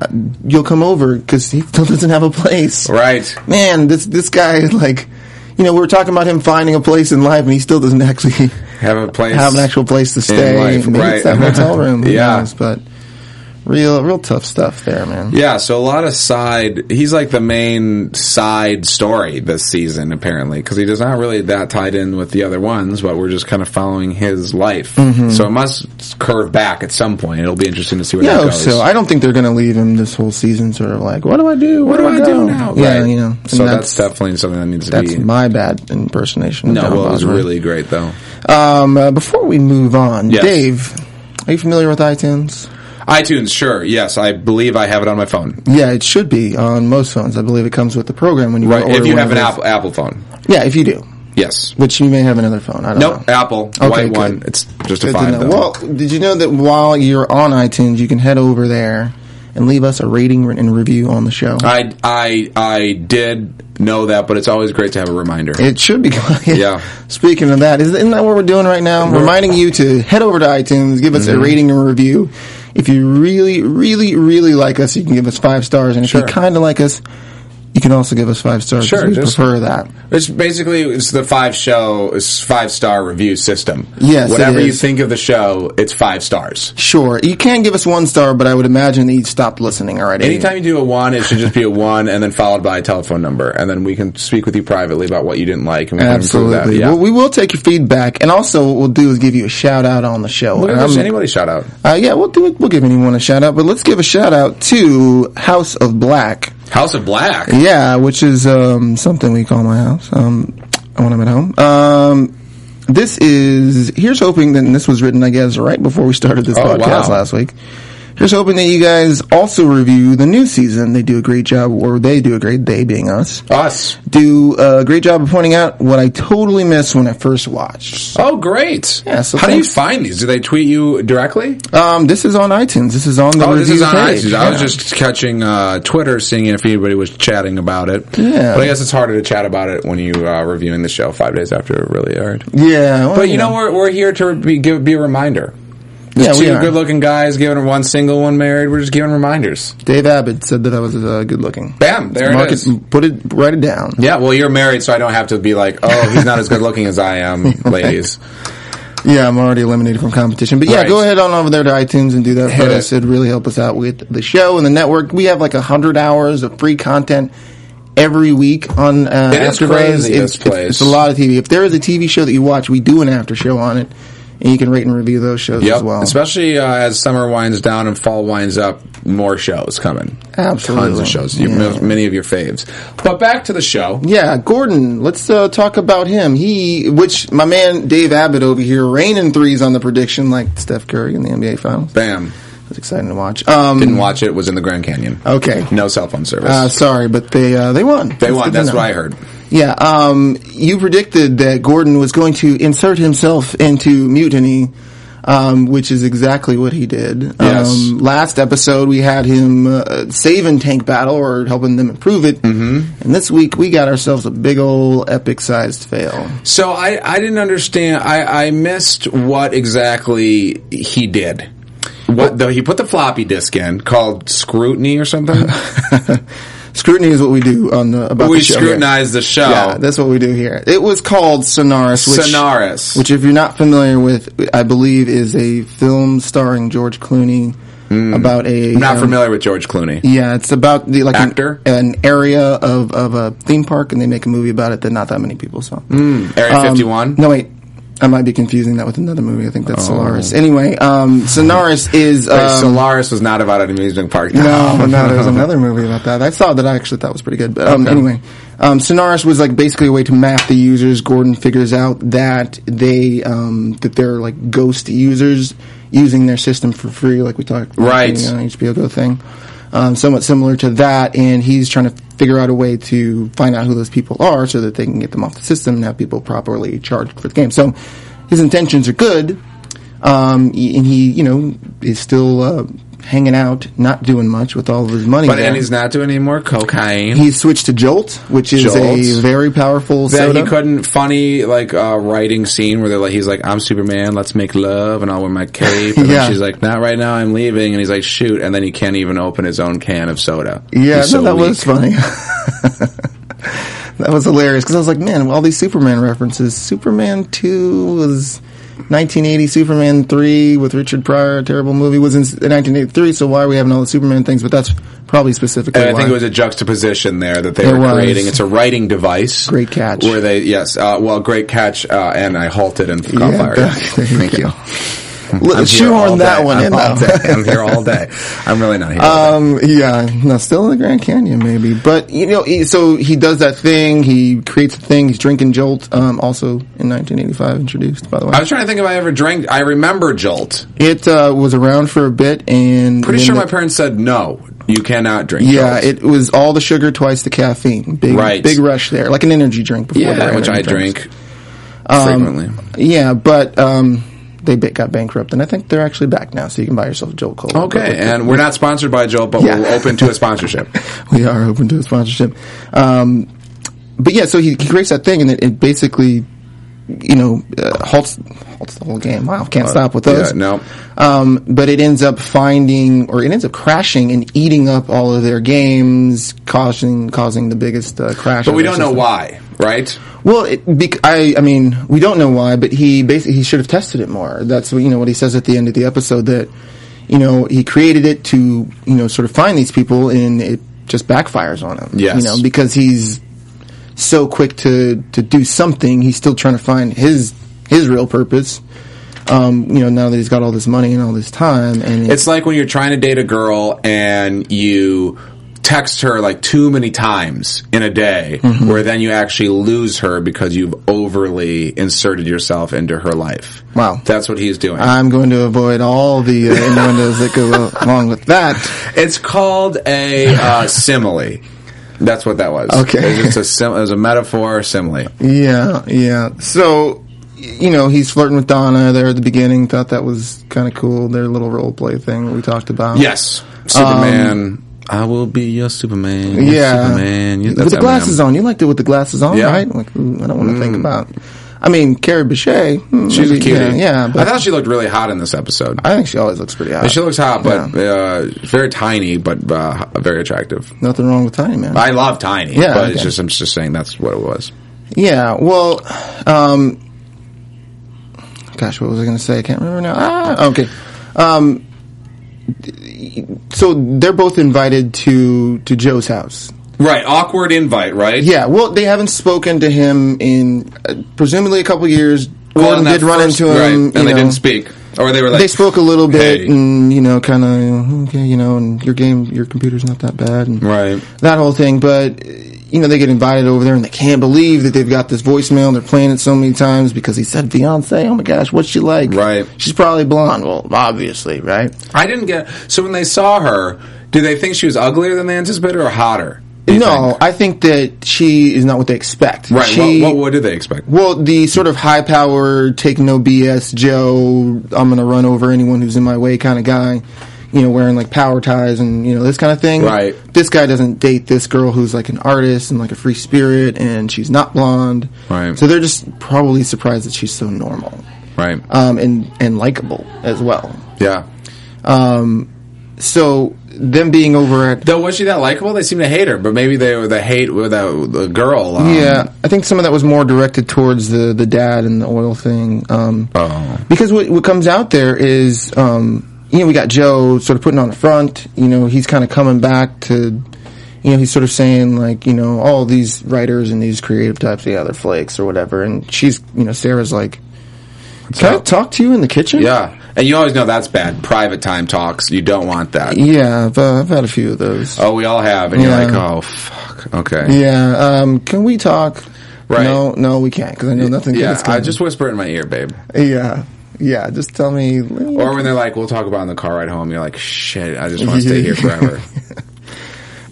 Speaker 1: Uh, you'll come over because he still doesn't have a place.
Speaker 2: Right.
Speaker 1: Man, this this guy like, you know, we were talking about him finding a place in life, and he still doesn't actually
Speaker 2: Have a place.
Speaker 1: have an actual place to stay.
Speaker 2: life,
Speaker 1: Maybe
Speaker 2: right.
Speaker 1: it's that motel room. who
Speaker 2: Yeah.
Speaker 1: knows, but real real tough stuff there, man.
Speaker 2: Yeah, so a lot of side. He's like the main side story this season, apparently, because he does not really that tied in with the other ones. But we're just kind of following his life,
Speaker 1: Mm-hmm.
Speaker 2: so it must curve back at some point. It'll be interesting to see where
Speaker 1: Yeah, I
Speaker 2: that
Speaker 1: hope
Speaker 2: goes.
Speaker 1: so. I don't think they're going to leave him this whole season. Sort of like, what do I do?
Speaker 2: what
Speaker 1: Where
Speaker 2: do I do
Speaker 1: go?
Speaker 2: now?
Speaker 1: Yeah,
Speaker 2: Right.
Speaker 1: you know. and
Speaker 2: So that's, definitely something that needs to
Speaker 1: that's
Speaker 2: be.
Speaker 1: my bad impersonation. Of
Speaker 2: no,
Speaker 1: John
Speaker 2: well, it was
Speaker 1: Bosworth.
Speaker 2: really great though.
Speaker 1: Um, uh, before we move on,
Speaker 2: Yes.
Speaker 1: Dave, are you familiar with iTunes?
Speaker 2: iTunes, sure, yes, I believe I have it on my phone.
Speaker 1: Yeah, it should be on most phones. I believe it comes with the program when you
Speaker 2: Right,
Speaker 1: order
Speaker 2: if you
Speaker 1: one
Speaker 2: have
Speaker 1: of
Speaker 2: an
Speaker 1: those.
Speaker 2: Apple Apple phone,
Speaker 1: Yeah, if you do,
Speaker 2: yes.
Speaker 1: which you may have another phone. I don't
Speaker 2: Nope,
Speaker 1: know.
Speaker 2: Apple,
Speaker 1: Okay,
Speaker 2: white
Speaker 1: good.
Speaker 2: one. It's just a
Speaker 1: Good to
Speaker 2: five.
Speaker 1: know.
Speaker 2: Though.
Speaker 1: Well, did you know that while you're on iTunes, you can head over there and leave us a rating and review on the show.
Speaker 2: I I I did know that, but it's always great to have a reminder.
Speaker 1: It should be.
Speaker 2: Yeah.
Speaker 1: Speaking of that, is- isn't that what we're doing right now? Reminding you to head over to iTunes, give
Speaker 2: Mm-hmm.
Speaker 1: us a rating and review. If you really, really, really like us, you can give us five stars, and if
Speaker 2: Sure.
Speaker 1: you kind of like us, you can also give us five stars. 'cause
Speaker 2: Sure,
Speaker 1: we
Speaker 2: just-
Speaker 1: prefer that.
Speaker 2: It's basically it's the five show it's five star review system.
Speaker 1: Yes, it
Speaker 2: whatever you
Speaker 1: is.
Speaker 2: think of the show, it's five stars.
Speaker 1: Sure, you can give us one star, but I would imagine that you stopped listening already.
Speaker 2: Anytime you do a one, it should just be a one, and then followed by a telephone number, and then we can speak with you privately about what you didn't like. And we Can
Speaker 1: Absolutely.
Speaker 2: improve that. Yeah.
Speaker 1: Well, we will take your feedback, and also what we'll do is give you a shout out on the show.
Speaker 2: Look
Speaker 1: And
Speaker 2: at this,
Speaker 1: I'm-
Speaker 2: anybody shout out
Speaker 1: uh, yeah, we'll do it. We'll give anyone a shout out, but let's give a shout out to House of Black.
Speaker 2: House of Black.
Speaker 1: Yeah, which is um, something we call my house um, when I'm at home. Um, this is here's hoping that and this was written, I guess, right before we started this
Speaker 2: Oh,
Speaker 1: podcast
Speaker 2: wow.
Speaker 1: last week. Here's hoping that you guys also review the new season. They do a great job, or they do a great they being us
Speaker 2: Us.
Speaker 1: do a great job of pointing out what I totally missed when I first watched.
Speaker 2: Oh, great.
Speaker 1: Yeah, so
Speaker 2: How do
Speaker 1: thanks.
Speaker 2: you find these? Do they tweet you directly?
Speaker 1: Um, this is on iTunes. This is on the
Speaker 2: Oh,
Speaker 1: review
Speaker 2: this is on
Speaker 1: page.
Speaker 2: iTunes. I was
Speaker 1: Yeah.
Speaker 2: just catching uh, Twitter, seeing if anybody was chatting about it.
Speaker 1: Yeah.
Speaker 2: But I guess it's harder to chat about it when you are reviewing the show five days after it really aired.
Speaker 1: yeah. well,
Speaker 2: But you know, we're, we're here to be, give, be a reminder.
Speaker 1: yeah, we
Speaker 2: Two
Speaker 1: are.
Speaker 2: good looking guys giving one single, one married. We're just giving reminders.
Speaker 1: Dave Abbott said that I was uh, good looking.
Speaker 2: Bam, there
Speaker 1: Mark
Speaker 2: it is.
Speaker 1: it. Put it. Write it down.
Speaker 2: Yeah, well, you're married, so I don't have to be like, oh, he's not as good looking as I am, ladies.
Speaker 1: Yeah, I'm already eliminated from competition. But yeah,
Speaker 2: Right.
Speaker 1: go ahead on over there to iTunes and do that
Speaker 2: Hit
Speaker 1: for us.
Speaker 2: it.
Speaker 1: It'd really help us out with the show and the network. We have like a hundred hours of free content every week on uh,
Speaker 2: It is
Speaker 1: AfterBuzz.
Speaker 2: crazy,
Speaker 1: It's,
Speaker 2: this place.
Speaker 1: it's, it's a lot of TV. If there is a TV show that you watch, we do an after show on it, and you can rate and review those shows
Speaker 2: Yep.
Speaker 1: as well.
Speaker 2: Especially uh, as summer winds down and fall winds up, more shows coming.
Speaker 1: Absolutely.
Speaker 2: Tons of shows. You-
Speaker 1: Yeah.
Speaker 2: Many of your faves. But back to the show.
Speaker 1: Yeah, Gordon. Let's uh, talk about him. He, which my man Dave Abbott over here, raining threes on the prediction like Steph Curry in the NBA Finals.
Speaker 2: Bam.
Speaker 1: It was exciting to watch. Um,
Speaker 2: Didn't watch it. Was in the Grand Canyon.
Speaker 1: okay.
Speaker 2: No cell phone service.
Speaker 1: Uh, sorry, but they uh, they won.
Speaker 2: they
Speaker 1: good to
Speaker 2: won. That's
Speaker 1: know.
Speaker 2: what I heard.
Speaker 1: Yeah, um, you predicted that Gordon was going to insert himself into mutiny, um, which is exactly what he did.
Speaker 2: Yes.
Speaker 1: Um, last episode we had him uh, saving tank battle or helping them improve it, mm-hmm. and this week we got ourselves a big old epic sized fail.
Speaker 2: So I, I didn't understand. I, I missed what exactly he did. What though? He put the floppy disk in called scrutiny or something.
Speaker 1: Scrutiny is what we do on the about
Speaker 2: we
Speaker 1: the show. here.
Speaker 2: scrutinize the show.
Speaker 1: Yeah, that's what we do here. It was called Sonaris, which,
Speaker 2: Sonaris.
Speaker 1: which if you're not familiar with, I believe is a film starring George Clooney about a.
Speaker 2: Hmm. I'm not
Speaker 1: um,
Speaker 2: familiar with George Clooney.
Speaker 1: Yeah, it's about the like an-
Speaker 2: Actor?
Speaker 1: An, area of of a theme park, and they make a movie about it that not that many people saw.
Speaker 2: Area
Speaker 1: Um,
Speaker 2: 51.
Speaker 1: No, wait. I might be confusing that with another movie. I think that's Solaris. Anyway, um, Sonaris is.
Speaker 2: Oh. Wait,
Speaker 1: Um,
Speaker 2: Solaris was not about an amusement park.
Speaker 1: no, no, there's another movie about that. I saw that I actually thought was pretty good. But um, anyway, um, Sonaris was like basically a way to map the users. Gordon figures out that they um, that they're like ghost users using their system for free, like we talked about uh,
Speaker 2: Right.
Speaker 1: being on HBO Go thing. Um, somewhat similar to that, and he's trying to figure out a way to find out who those people are so that they can get them off the system and have people properly charged for the game. So his intentions are good, um, y- and he, you know, is still uh, hanging out, not doing much with all of his money.
Speaker 2: But
Speaker 1: there.
Speaker 2: and he's not doing any more cocaine.
Speaker 1: he switched to Jolt, which is
Speaker 2: Jolt.
Speaker 1: a very powerful
Speaker 2: that
Speaker 1: soda.
Speaker 2: he couldn't funny like uh, writing scene where they're like he's like I'm Superman let's make love and I'll wear my cape and
Speaker 1: Yeah.
Speaker 2: then she's like not right now I'm leaving and he's like shoot and then he can't even open his own can of soda
Speaker 1: yeah, no,
Speaker 2: He's so
Speaker 1: that
Speaker 2: weak.
Speaker 1: was funny. that was hilarious because I was like, man, all these Superman references. Superman two was. 1980 Superman 3 with Richard Pryor, a terrible movie, was in s- 1983, so why are we having all the Superman things? But that's probably specifically
Speaker 2: And I
Speaker 1: why.
Speaker 2: think it was a juxtaposition there that they
Speaker 1: It
Speaker 2: were
Speaker 1: was.
Speaker 2: creating. It's a writing device.
Speaker 1: Great catch.
Speaker 2: Where they yes, uh, well, great catch. Uh, and I halted and got
Speaker 1: Yeah,
Speaker 2: fired.
Speaker 1: there you
Speaker 2: Thank
Speaker 1: go.
Speaker 2: you.
Speaker 1: L-
Speaker 2: I'm here all
Speaker 1: shoehorn that
Speaker 2: day.
Speaker 1: one
Speaker 2: I'm
Speaker 1: in,
Speaker 2: all
Speaker 1: though.
Speaker 2: day. I'm here all day. I'm really not here. all day.
Speaker 1: Um, yeah, no, still in the Grand Canyon, maybe. But, you know, he- so he does that thing, he creates a thing, he's drinking Jolt, um, also in 1985 introduced, by the way.
Speaker 2: I was trying to think if I ever drank. I remember Jolt.
Speaker 1: It, uh, was around for a bit and.
Speaker 2: Pretty
Speaker 1: then
Speaker 2: sure
Speaker 1: the-
Speaker 2: my parents said no. You cannot drink.
Speaker 1: Yeah,
Speaker 2: Jolt.
Speaker 1: it was all the sugar, twice the caffeine. Big,
Speaker 2: Right.
Speaker 1: big rush there, like an energy drink before there
Speaker 2: yeah,
Speaker 1: were
Speaker 2: which I
Speaker 1: energy drinks.
Speaker 2: drink
Speaker 1: Um,
Speaker 2: frequently.
Speaker 1: Yeah, but, um, they bit- got bankrupt and I think they're actually back now, so you can buy yourself a Jolt Cola. But
Speaker 2: Okay,
Speaker 1: with-
Speaker 2: and we're not sponsored by Jolt, but
Speaker 1: Yeah.
Speaker 2: we're open to a sponsorship.
Speaker 1: we are open to a sponsorship. Um, but yeah, so he, he creates that thing, and it, it basically, you know, uh, halts halts the whole game. Wow, can't stop with those.
Speaker 2: Uh, yeah, no.
Speaker 1: Um, but it ends up finding, or it ends up crashing and eating up all of their games, causing causing the biggest uh, crash.
Speaker 2: But we
Speaker 1: of their
Speaker 2: don't know
Speaker 1: system.
Speaker 2: why, right?
Speaker 1: Well, it, bec- I, I mean, we don't know why, but he basically he should have tested it more. That's what you know what he says at the end of the episode that you know he created it to you know sort of find these people, and it just backfires on him.
Speaker 2: Yes.
Speaker 1: you know because he's so quick to to do something, he's still trying to find his his real purpose. Um, you know, now that he's got all this money and all this time, and
Speaker 2: It's like when you're trying to date a girl and you text her like too many times in a day,
Speaker 1: Mm-hmm.
Speaker 2: where then you actually lose her because you've overly inserted yourself into her life.
Speaker 1: Wow.
Speaker 2: That's what he's doing.
Speaker 1: I'm going to avoid all the uh, innuendos that go along with that.
Speaker 2: it's called a uh, simile. That's what that was.
Speaker 1: Okay.
Speaker 2: It was, just a sim- it was a metaphor or simile.
Speaker 1: Yeah, yeah. So, y- you know, he's flirting with Donna there at the beginning. Thought that was kind of cool. Their little role play thing we talked about.
Speaker 2: Yes. Superman. I will be your Superman. your
Speaker 1: Um, yeah.
Speaker 2: Superman. You-
Speaker 1: with
Speaker 2: that's
Speaker 1: the glasses
Speaker 2: Eminem.
Speaker 1: on, you liked it with the glasses on,
Speaker 2: Yeah. Mm.
Speaker 1: right? Like, ooh, I don't want to think about. I mean, Carrie Bechet. hmm,
Speaker 2: She's a
Speaker 1: maybe-
Speaker 2: cutie.
Speaker 1: Yeah, yeah,
Speaker 2: I
Speaker 1: but I,
Speaker 2: thought she looked really hot in this episode.
Speaker 1: think she always looks pretty hot.
Speaker 2: She looks hot, but uh, very tiny, but uh, very attractive.
Speaker 1: Nothing wrong with tiny man.
Speaker 2: I love tiny,
Speaker 1: Yeah,
Speaker 2: but it's
Speaker 1: okay.
Speaker 2: just I'm just saying that's what it was.
Speaker 1: yeah. Well, um, gosh, what was I going to say? I can't remember now. Ah, okay. Um, so they're both invited to to Joe's house.
Speaker 2: Right, awkward invite, right?
Speaker 1: Yeah, well, they haven't spoken to him in uh, presumably a couple years. Gordon did run into him,
Speaker 2: right, and
Speaker 1: you
Speaker 2: they
Speaker 1: know.
Speaker 2: didn't speak, or they were like
Speaker 1: They spoke a little bit,
Speaker 2: Hey.
Speaker 1: and you know, kind of okay, you know, and your game, your computer's not that bad, and
Speaker 2: Right.
Speaker 1: that whole thing. But uh, you know, they get invited over there, and they can't believe that they've got this voicemail. and They're playing it so many times because he said fiance. Oh my gosh, what's she like?
Speaker 2: Right.
Speaker 1: she's probably blonde. Well, obviously, right?
Speaker 2: I didn't get. So when they saw her, did they think she was uglier than they anticipated or hotter? do you
Speaker 1: no,
Speaker 2: think?
Speaker 1: I think that she is not what they expect.
Speaker 2: right.
Speaker 1: She-
Speaker 2: what, what, what did they expect?
Speaker 1: Well, the sort of high power, take no BS, Joe, I'm going to run over anyone who's in my way kind of guy, you know, wearing like power ties and, you know, this kind of thing.
Speaker 2: Right.
Speaker 1: This guy doesn't date this girl who's like an artist and like a free spirit and she's not blonde.
Speaker 2: Right.
Speaker 1: So they're just probably surprised that she's so normal
Speaker 2: Right.
Speaker 1: um, and, and likable as well.
Speaker 2: yeah.
Speaker 1: Um, so them being over at
Speaker 2: Though was she that likable? They seem to hate her, but maybe they were the hate with the, the girl. um,
Speaker 1: yeah, I think some of that was more directed towards the the dad and the oil thing. Um,
Speaker 2: Oh.
Speaker 1: because what what comes out there is um, you know we got Joe sort of putting on the front. You know he's kind of coming back to. You know, he's sort of saying like, you know, all these writers and these creative types, yeah, they're flakes or whatever. And she's, you know, Sarah's like, can I
Speaker 2: up?
Speaker 1: talk to you in the kitchen?
Speaker 2: Yeah, and you always know that's bad. Private time talks. You don't want that.
Speaker 1: Yeah, I've, uh, I've had a few of those.
Speaker 2: Oh, we all have, and
Speaker 1: Yeah.
Speaker 2: you're like, oh fuck, okay.
Speaker 1: Yeah. Um, can we talk?
Speaker 2: Right.
Speaker 1: No, no, we can't because I know nothing.
Speaker 2: Yeah,
Speaker 1: good's
Speaker 2: I
Speaker 1: coming.
Speaker 2: just whisper it in my ear, babe.
Speaker 1: Yeah. Yeah. Just tell me.
Speaker 2: Or when they're like, "We'll talk about it in the car ride home," you're like, "Shit, I just want to stay here forever."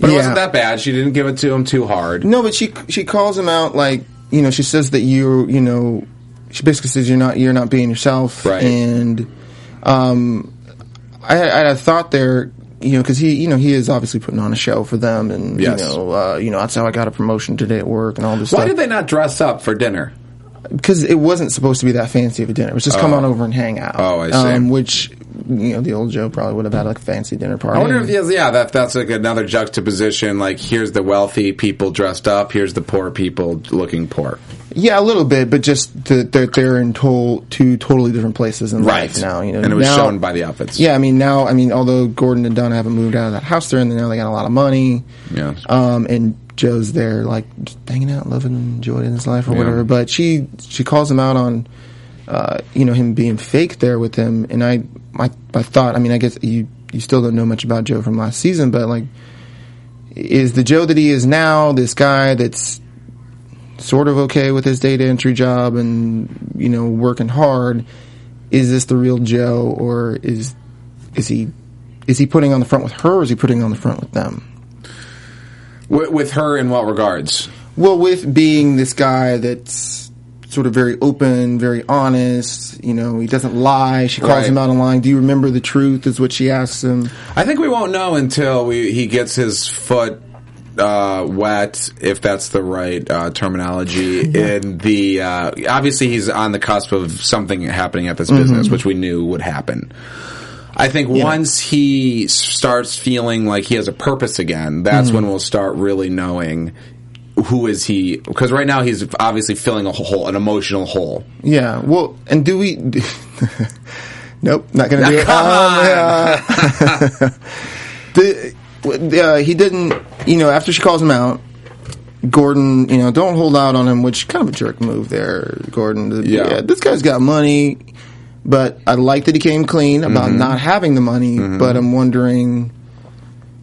Speaker 2: But it wasn't that bad. She didn't give it to him too hard.
Speaker 1: No, but she she calls him out like you know she says that you you know she basically says you're not you're not being yourself
Speaker 2: Right.
Speaker 1: and um I I had a thought there you know because he you know he is obviously putting on a show for them and
Speaker 2: Yes.
Speaker 1: you know uh, you know that's how I got a promotion today at work and all this
Speaker 2: Why
Speaker 1: stuff
Speaker 2: did they not dress up for dinner?
Speaker 1: because it wasn't supposed to be that fancy of a dinner it was just come
Speaker 2: Oh.
Speaker 1: on over and hang out
Speaker 2: Oh, I see.
Speaker 1: um, which you know the old Joe probably would have had like a fancy dinner party
Speaker 2: I wonder if yes, yeah, that that's like another juxtaposition. Like, here's the wealthy people dressed up. Here's the poor people looking poor.
Speaker 1: Yeah, a little bit, but just that they're, they're in to- two totally different places in life now. You know,
Speaker 2: and it was
Speaker 1: now,
Speaker 2: shown by the outfits.
Speaker 1: Yeah, I mean now, I mean although Gordon and Donna haven't moved out of that house they're in, now they got a lot of money.
Speaker 2: Yeah.
Speaker 1: Um, and Joe's there, like just hanging out, loving, and enjoying his life or whatever. But she she calls him out on, uh, you know, him being fake there with him. And I my my thought, I mean, I guess you you still don't know much about Joe from last season, but like, is the Joe that he is now this guy that's sort of okay with his data entry job and you know working hard? Is this the real Joe, or is is he is he putting on the front with her, or is he putting on the front with them?
Speaker 2: With, with her in what regards?
Speaker 1: Well, with being this guy that's sort of very open, very honest, you know, he doesn't lie. She calls
Speaker 2: Right.
Speaker 1: him out on lying. Do you remember the truth? Is what she asks him.
Speaker 2: I think we won't know until we, he gets his foot uh, wet, if that's the right uh, terminology. In the uh, obviously, he's on the cusp of something happening at this business, which we knew would happen. I think once he starts feeling like he has a purpose again, that's when we'll start really knowing who is he. Because right now he's obviously filling a hole, an emotional hole.
Speaker 1: Yeah. Well, and do we? nope, not gonna do it. Oh,
Speaker 2: Come on!
Speaker 1: the, uh, he didn't, you know, after she calls him out, Gordon, you know, don't hold out on him, which kind of a jerk move there, Gordon. The-
Speaker 2: Yeah.
Speaker 1: this guy's got money, but I like that he came clean about
Speaker 2: Mm-hmm.
Speaker 1: not having the money, but I'm wondering.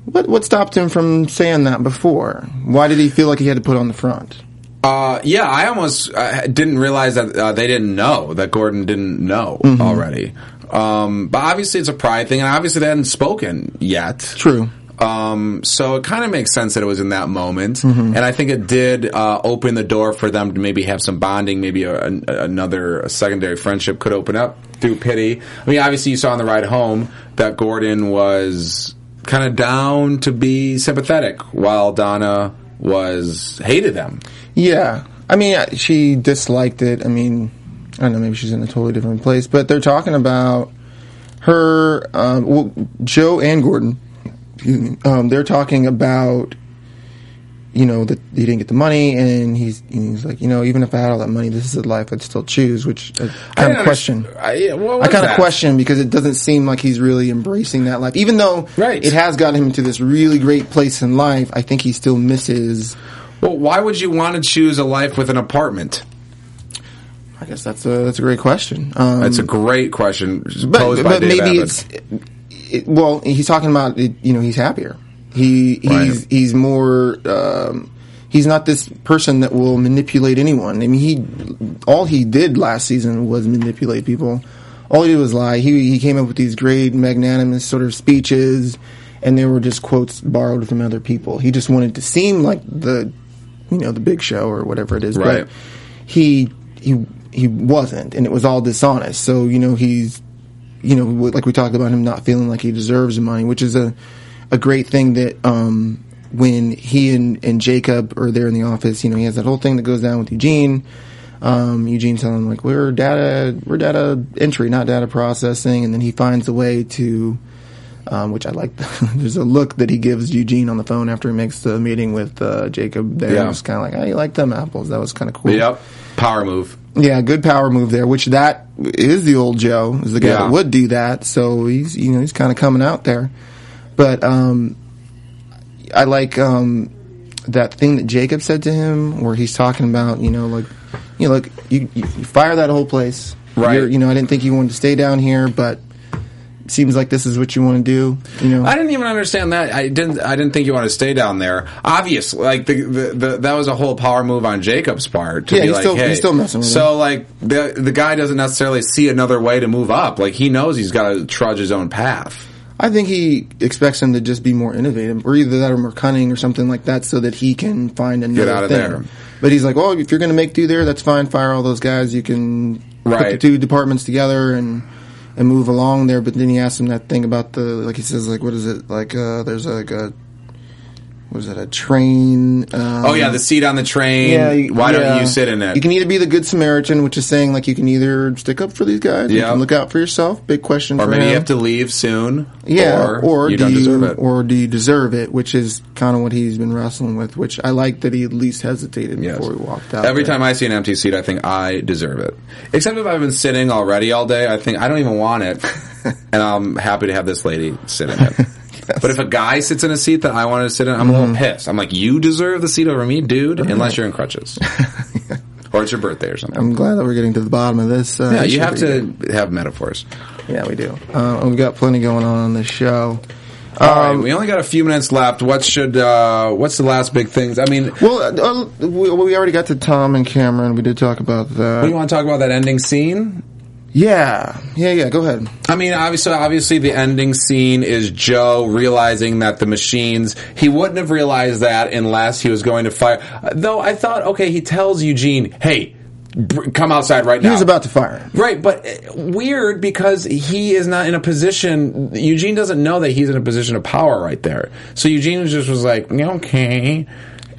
Speaker 1: What, what stopped him from saying that before? Why did he feel like he had to put on the front?
Speaker 2: Uh, yeah, I almost uh, didn't realize that uh, they didn't know that Gordon didn't know already. Um, but obviously, it's a pride thing, and obviously they hadn't spoken yet.
Speaker 1: True.
Speaker 2: Um, so it kind of makes sense that it was in that moment, and I think it did uh, open the door for them to maybe have some bonding. Maybe a, an another a secondary friendship could open up through pity. I mean, obviously, you saw on the ride home that Gordon was kind of down to be sympathetic, while Donna was hated them.
Speaker 1: Yeah, I mean, uh, she disliked it. I mean, I don't know. Maybe she's in a totally different place. But they're talking about her. Um, well, Joe and Gordon. Excuse me. Um, they're talking about you know that he didn't get the money, and he's and he's like, you know, even if I had all that money, this is the life I'd still choose. Which I kind of
Speaker 2: didn't
Speaker 1: question.
Speaker 2: underst- I, yeah, well, what
Speaker 1: I
Speaker 2: is
Speaker 1: kind of
Speaker 2: that?
Speaker 1: question because it doesn't seem like he's really embracing that life, even though
Speaker 2: Right.
Speaker 1: it has gotten him into this really great place in life. I think he still misses.
Speaker 2: Well, why would you want to choose a life with an apartment?
Speaker 1: I guess that's a that's a great question. Um,
Speaker 2: That's a great question posed
Speaker 1: but,
Speaker 2: by
Speaker 1: but
Speaker 2: Dave
Speaker 1: maybe
Speaker 2: Abbott.
Speaker 1: it's it, well he's talking about it, you know he's happier he he's
Speaker 2: Right.
Speaker 1: he's more um, he's not this person that will manipulate anyone i mean he all he did last season was manipulate people all he did was lie he he came up with these great magnanimous sort of speeches and they were just quotes borrowed from other people he just wanted to seem like the you know the big show or whatever it is but
Speaker 2: Right.
Speaker 1: he he he wasn't, and it was all dishonest. So you know he's you know w- like we talked about him not feeling like he deserves the money, which is a a great thing that um when he and and Jacob are there in the office, you know he has that whole thing that goes down with Eugene. Um, Eugene telling him like we're data we're data entry, not data processing, and then he finds a way to um, which I like. There's a look that he gives Eugene on the phone after he makes the meeting with uh, Jacob. There,
Speaker 2: Yeah.
Speaker 1: it's kind of like, oh, you like them apples? That was kind of cool.
Speaker 2: Yep. Power move.
Speaker 1: Yeah, good power move there. Which that is the old Joe is the guy
Speaker 2: Yeah.
Speaker 1: that would do that. So he's you know he's kind of coming out there, but um, I like um that thing that Jacob said to him where he's talking about you know like you know look you, you fire that whole place
Speaker 2: Right.
Speaker 1: You're- you know I didn't think you wanted to stay down here, but it seems like this is what you want to do. You know
Speaker 2: I didn't even understand that. I didn't. I didn't think you want to stay down there. Obviously, like the, the, the that was a whole power move on Jacob's part. To
Speaker 1: Yeah,
Speaker 2: be
Speaker 1: he's
Speaker 2: like,
Speaker 1: still-
Speaker 2: hey.
Speaker 1: he's still messing with
Speaker 2: So like the the guy doesn't necessarily see another way to move up. Like he knows he's got to trudge his own path.
Speaker 1: I think he expects him to just be more innovative, or either that or more cunning or something like that, so that he can find another
Speaker 2: out of
Speaker 1: thing.
Speaker 2: there.
Speaker 1: But he's like, well, if you're going to make do there, that's fine. Fire all those guys. You can put the
Speaker 2: Right.
Speaker 1: two departments together and and move along there. But then he asks him that thing about the like he says like what is it like uh there's like a what is it a train? Um,
Speaker 2: Oh yeah, the seat on the train.
Speaker 1: you-
Speaker 2: Why
Speaker 1: yeah.
Speaker 2: don't you sit in it?
Speaker 1: You can either be the good Samaritan, which is saying like you can either stick up for these guys, you
Speaker 2: Yeah.
Speaker 1: can look out for yourself. Big question
Speaker 2: or
Speaker 1: for
Speaker 2: maybe
Speaker 1: him.
Speaker 2: you have to leave soon.
Speaker 1: Yeah,
Speaker 2: or,
Speaker 1: or,
Speaker 2: you
Speaker 1: do
Speaker 2: don't
Speaker 1: you,
Speaker 2: deserve it.
Speaker 1: or do you deserve it? Which is kind of what he's been wrestling with. Which I like that he at least hesitated
Speaker 2: Yes.
Speaker 1: before he walked out.
Speaker 2: Every
Speaker 1: there.
Speaker 2: time I see an empty seat, I think I deserve it. Except if I've been sitting already all day, I think I don't even want it, and I'm happy to have this lady sit in it. But if a guy sits in a seat that I wanted to sit in, I'm a
Speaker 1: Mm-hmm.
Speaker 2: little pissed. I'm like, you deserve the seat over me, dude, unless you're in crutches, or it's your birthday or something.
Speaker 1: I'm glad that we're getting to the bottom of this. Uh,
Speaker 2: yeah, you
Speaker 1: issue
Speaker 2: have
Speaker 1: that
Speaker 2: to have metaphors.
Speaker 1: you- Yeah, we do. Uh, we've got plenty going on on this show.
Speaker 2: all
Speaker 1: Um,
Speaker 2: right, we only got a few minutes left. What should? Uh, what's the last big things? I mean, what
Speaker 1: Well, uh, uh, we, we already got to Tom and Cameron. We did talk about
Speaker 2: do you
Speaker 1: that.
Speaker 2: want to talk about that ending scene?
Speaker 1: Yeah, yeah, yeah. Go ahead.
Speaker 2: I mean, obviously, obviously, the ending scene is Joe realizing that the machines. He wouldn't have realized that unless he was going to fire. Though I thought, okay, he tells Eugene, "Hey, br- come outside right
Speaker 1: He
Speaker 2: now."
Speaker 1: was about to fire. him.
Speaker 2: Right, but uh, weird because he is not in a position. Eugene doesn't know that he's in a position of power right there. So Eugene just was like, "Yeah, "Okay,"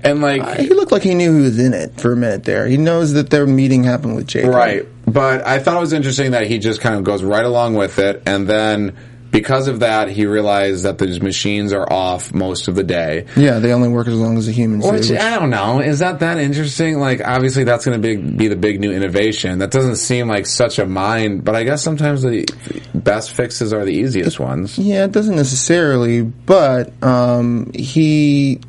Speaker 2: and like,
Speaker 1: He looked like he knew he was in it for a minute there. He knows that their meeting happened with Jacob.
Speaker 2: Right. But I thought it was interesting that he just kind of goes right along with it. And then because of that, he realized that these machines are off most of the day.
Speaker 1: Yeah, they only work as long as the humans do.
Speaker 2: Which,
Speaker 1: which-
Speaker 2: I don't know. Is that that interesting? Like, obviously, that's going to be, be the big new innovation. That doesn't seem like such a mind, but I guess sometimes the best fixes are the easiest ones.
Speaker 1: Yeah, it doesn't necessarily, but um, he.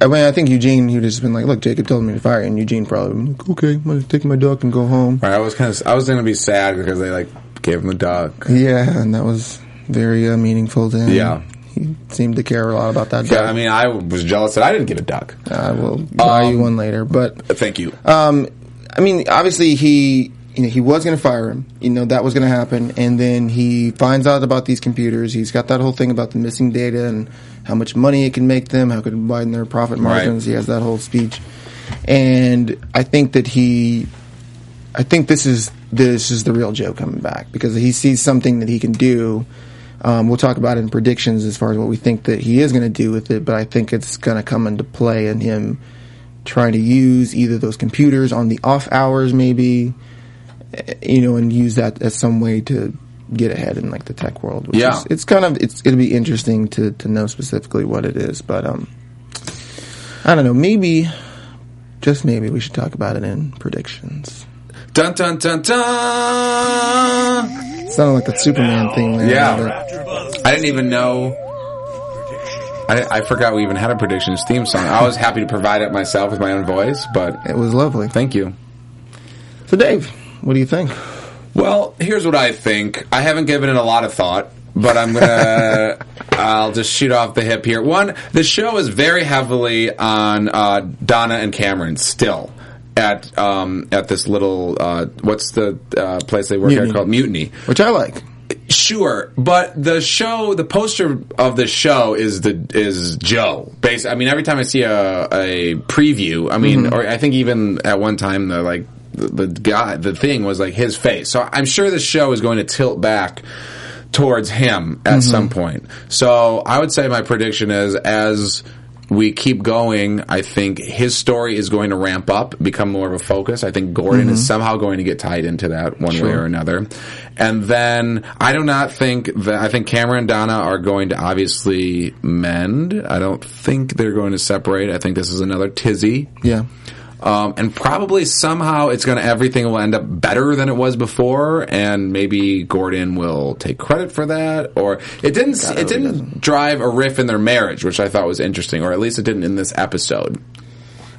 Speaker 1: I mean, I think Eugene, he'd just been like, "Look, Jacob told me to fire," you," and Eugene probably been like, "Okay, I'm gonna take my duck and go home."
Speaker 2: Right, I was kind of, I was going to be sad because they like gave him the duck.
Speaker 1: Yeah, and that was very uh, meaningful to him.
Speaker 2: Yeah.
Speaker 1: he seemed to care a lot about that.
Speaker 2: Yeah,
Speaker 1: duck.
Speaker 2: I mean, I was jealous that I didn't get a duck. Uh,
Speaker 1: I will buy
Speaker 2: um,
Speaker 1: you one later, but
Speaker 2: Thank you.
Speaker 1: um, I mean, obviously he, you know, he was going to fire him. You know, that was going to happen, and then he finds out about these computers. He's got that whole thing about the missing data and how much money it can make them, how it could widen their profit margins. He has that whole speech, and I think that he, I think this is this is the real Joe coming back because he sees something that he can do. Um, we'll talk about it in predictions as far as what we think that he is going to do with it, but I think it's going to come into play in him trying to use either those computers on the off hours, maybe, eh, you know, and use that as some way to get ahead in like the tech world. Which
Speaker 2: Yeah.
Speaker 1: is- it's kind of it's it'll be interesting to to know specifically what it is, but um, I don't know, maybe. Just maybe we should talk about it in predictions.
Speaker 2: Dun dun dun dun!
Speaker 1: Sounded like that Superman thing. There,
Speaker 2: Yeah.
Speaker 1: but-
Speaker 2: I didn't even know. I, I forgot we even had a predictions theme song. I was happy to provide it myself with my own voice, but
Speaker 1: it was lovely.
Speaker 2: thank you.
Speaker 1: So, Dave, what do you think?
Speaker 2: Well, here's what I think. I haven't given it a lot of thought, but I'm gonna. I'll just shoot off the hip here. One, the show is very heavily on uh, Donna and Cameron still at um, at this little uh, what's the uh, place they work
Speaker 1: Mutiny.
Speaker 2: at called Mutiny.
Speaker 1: Which I like.
Speaker 2: Sure, but the show, the poster of the show is the is Joe. Based, I mean, every time I see a a preview, I mean, or I think even at one time the like the, the guy, the thing was like his face. So I'm sure the show is going to tilt back towards him at some point. So I would say my prediction is as we keep going, I think his story is going to ramp up, become more of a focus. I think Gordon is somehow going to get tied into that one way or another. And then I do not think that I think Cameron and Donna are going to obviously mend. I don't think they're going to separate. I think this is another tizzy.
Speaker 1: Yeah.
Speaker 2: Um, and probably somehow it's going to everything will end up better than it was before, and maybe Gordon will take credit for that. Or it didn't it didn't drive a riff in their marriage, which I thought was interesting, or at least it didn't in this episode.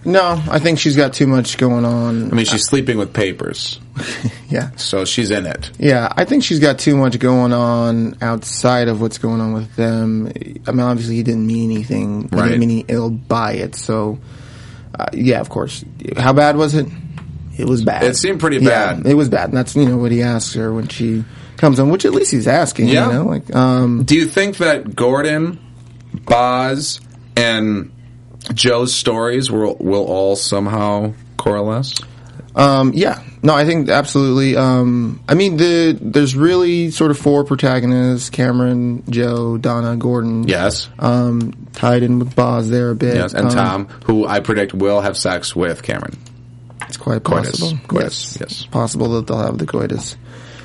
Speaker 1: No, I think she's got too much going on.
Speaker 2: I mean, she's sleeping with papers,
Speaker 1: Yeah.
Speaker 2: so she's in it.
Speaker 1: Yeah, I think she's got too much going on outside of what's going on with them. I mean, obviously, he didn't mean anything. He
Speaker 2: Right.
Speaker 1: didn't mean any ill by it. So, uh, yeah, of course. How bad was it? It was bad.
Speaker 2: It seemed pretty
Speaker 1: Yeah,
Speaker 2: bad.
Speaker 1: it was bad. And that's, you know, what he asks her when she comes on, which at least he's asking,
Speaker 2: Yeah.
Speaker 1: you know? Like, um,
Speaker 2: Do you think that Gordon, Boz, and Joe's stories will will all somehow coalesce?
Speaker 1: Um, yeah, no, I think absolutely. Um, I mean, the there's really sort of four protagonists: Cameron, Joe, Donna, Gordon.
Speaker 2: Yes.
Speaker 1: Um, tied in with Boz there a bit.
Speaker 2: Yes, and
Speaker 1: Um,
Speaker 2: Tom, who I predict will have sex with Cameron.
Speaker 1: It's quite
Speaker 2: Coitus.
Speaker 1: possible.
Speaker 2: Coitus, yes.
Speaker 1: It's possible that they'll have the coitus.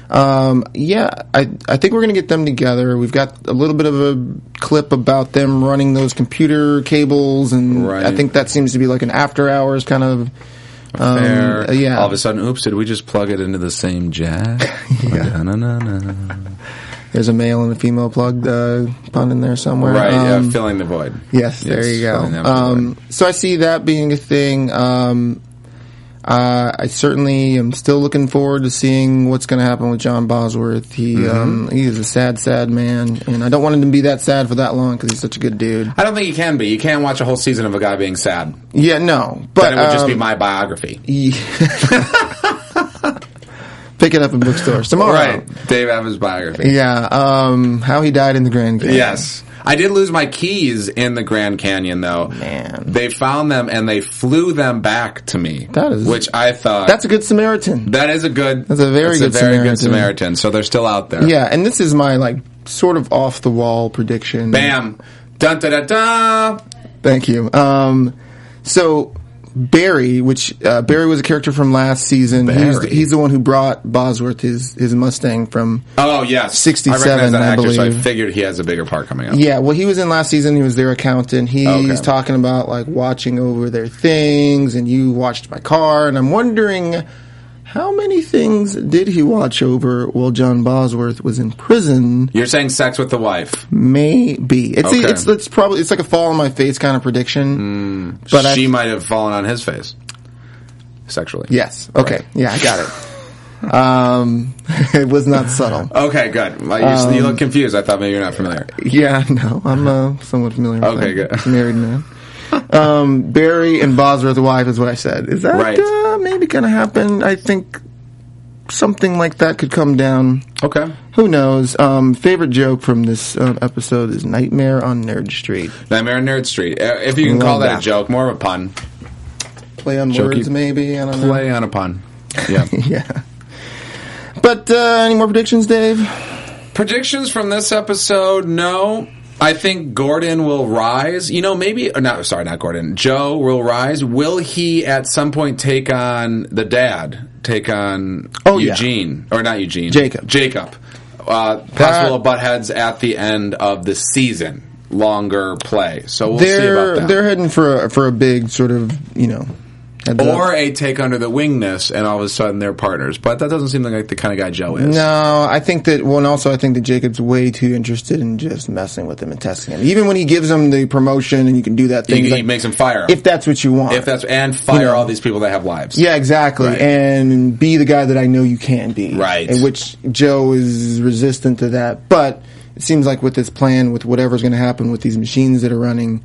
Speaker 1: Um, yeah, I I think we're gonna get them together. We've got a little bit of a clip about them running those computer cables, and
Speaker 2: Right.
Speaker 1: I think that seems to be like an after hours kind of. Um,
Speaker 2: There.
Speaker 1: uh, yeah.
Speaker 2: All of a sudden, oops, did we just plug it into the same jack? yeah.
Speaker 1: There's a male and a female plug uh, pun in there somewhere.
Speaker 2: Right,
Speaker 1: Um,
Speaker 2: yeah, filling the void.
Speaker 1: Yes, there you go.
Speaker 2: filling that
Speaker 1: Um,
Speaker 2: void.
Speaker 1: so I see that being a thing. Um, uh, I certainly am still looking forward to seeing what's going to happen with John Bosworth. He
Speaker 2: Mm-hmm.
Speaker 1: um, he is a sad, sad man, and I don't want him to be that sad for that long because he's such a good dude.
Speaker 2: I don't think you can be. You can't watch a whole season of a guy being sad.
Speaker 1: Yeah, no, but
Speaker 2: Then it would just be
Speaker 1: um,
Speaker 2: my biography.
Speaker 1: yeah. Pick it up in bookstores tomorrow.
Speaker 2: Right, Dave Evans' biography.
Speaker 1: Yeah. Um, how he died in the Grand Canyon.
Speaker 2: Yes. I did lose my keys in the Grand Canyon, though.
Speaker 1: Man.
Speaker 2: They found them and they flew them back to me.
Speaker 1: That is-
Speaker 2: Which I thought.
Speaker 1: That's a good Samaritan.
Speaker 2: that is a good.
Speaker 1: That's a very good
Speaker 2: good
Speaker 1: Samaritan.
Speaker 2: Samaritan. So they're still out there.
Speaker 1: Yeah, and this is my like sort of off the wall prediction.
Speaker 2: Bam. Dun da da da.
Speaker 1: Thank you. Um, so Barry, which uh, Barry was a character from last season. He's the,
Speaker 2: Barry.
Speaker 1: he's the one who brought Bosworth his his Mustang from.
Speaker 2: Oh yes,
Speaker 1: 67,
Speaker 2: I recognize that
Speaker 1: I
Speaker 2: actor, so I
Speaker 1: believe.
Speaker 2: figured he has a bigger part coming up.
Speaker 1: Yeah, well, he was in last season. He was their accountant. He's
Speaker 2: Okay.
Speaker 1: talking about like watching over their things, and you watched my car, and I'm wondering. How many things did he watch over while John Bosworth was in prison?
Speaker 2: You're saying sex with the wife.
Speaker 1: Maybe it's
Speaker 2: Okay.
Speaker 1: it's it's probably it's like a fall on my face kind of prediction. but I
Speaker 2: Hmm. she might have fallen on his face sexually.
Speaker 1: Yes. Okay. Yeah, I got it. um, it was not subtle.
Speaker 2: Okay, good. Well, you, you
Speaker 1: Um,
Speaker 2: look confused. I thought maybe you're not familiar.
Speaker 1: Yeah, no, I'm uh, somewhat familiar with
Speaker 2: Okay,
Speaker 1: that.
Speaker 2: good.
Speaker 1: Married man. Um, Barry and Bosworth wife is what I said. Is that
Speaker 2: Right.
Speaker 1: uh, maybe going to happen? I think something like that could come down.
Speaker 2: Okay.
Speaker 1: Who knows? Um, favorite joke from this um, episode is Nightmare on Nerd Street.
Speaker 2: Nightmare on Nerd Street. Uh, If you can
Speaker 1: Love
Speaker 2: call that, a
Speaker 1: that.
Speaker 2: joke, more of a pun.
Speaker 1: Play on
Speaker 2: Jokey
Speaker 1: words, maybe. I don't
Speaker 2: Play on a pun. Yeah.
Speaker 1: know. Yeah. But uh, any more predictions, Dave?
Speaker 2: Predictions from this episode? No. I think Gordon will rise. You know, maybe or not. Sorry, not Gordon. Joe will rise. Will he at some point take on the dad? Take on
Speaker 1: Oh, yeah.
Speaker 2: Eugene or not Eugene?
Speaker 1: Jacob.
Speaker 2: Jacob. Uh, possible butt heads at the end of the season. Longer play. So we'll see
Speaker 1: they're
Speaker 2: about that.
Speaker 1: they're heading for a, for a big sort of you know heads up.
Speaker 2: or a take under the wingness, and all of a sudden they're partners. But that doesn't seem like the kind of guy Joe is.
Speaker 1: no i think that well and also i think that jacob's way too interested in just messing with him and testing him even when he gives him the promotion and you can do that
Speaker 2: he,
Speaker 1: thing
Speaker 2: he
Speaker 1: like,
Speaker 2: makes him fire.
Speaker 1: if that's what you want
Speaker 2: if that's and fire
Speaker 1: Yeah.
Speaker 2: all these people that have lives.
Speaker 1: yeah exactly
Speaker 2: Right.
Speaker 1: and be the guy that i know you can be
Speaker 2: Right.
Speaker 1: and which joe is resistant to that but it seems like with this plan with whatever's going to happen with these machines that are running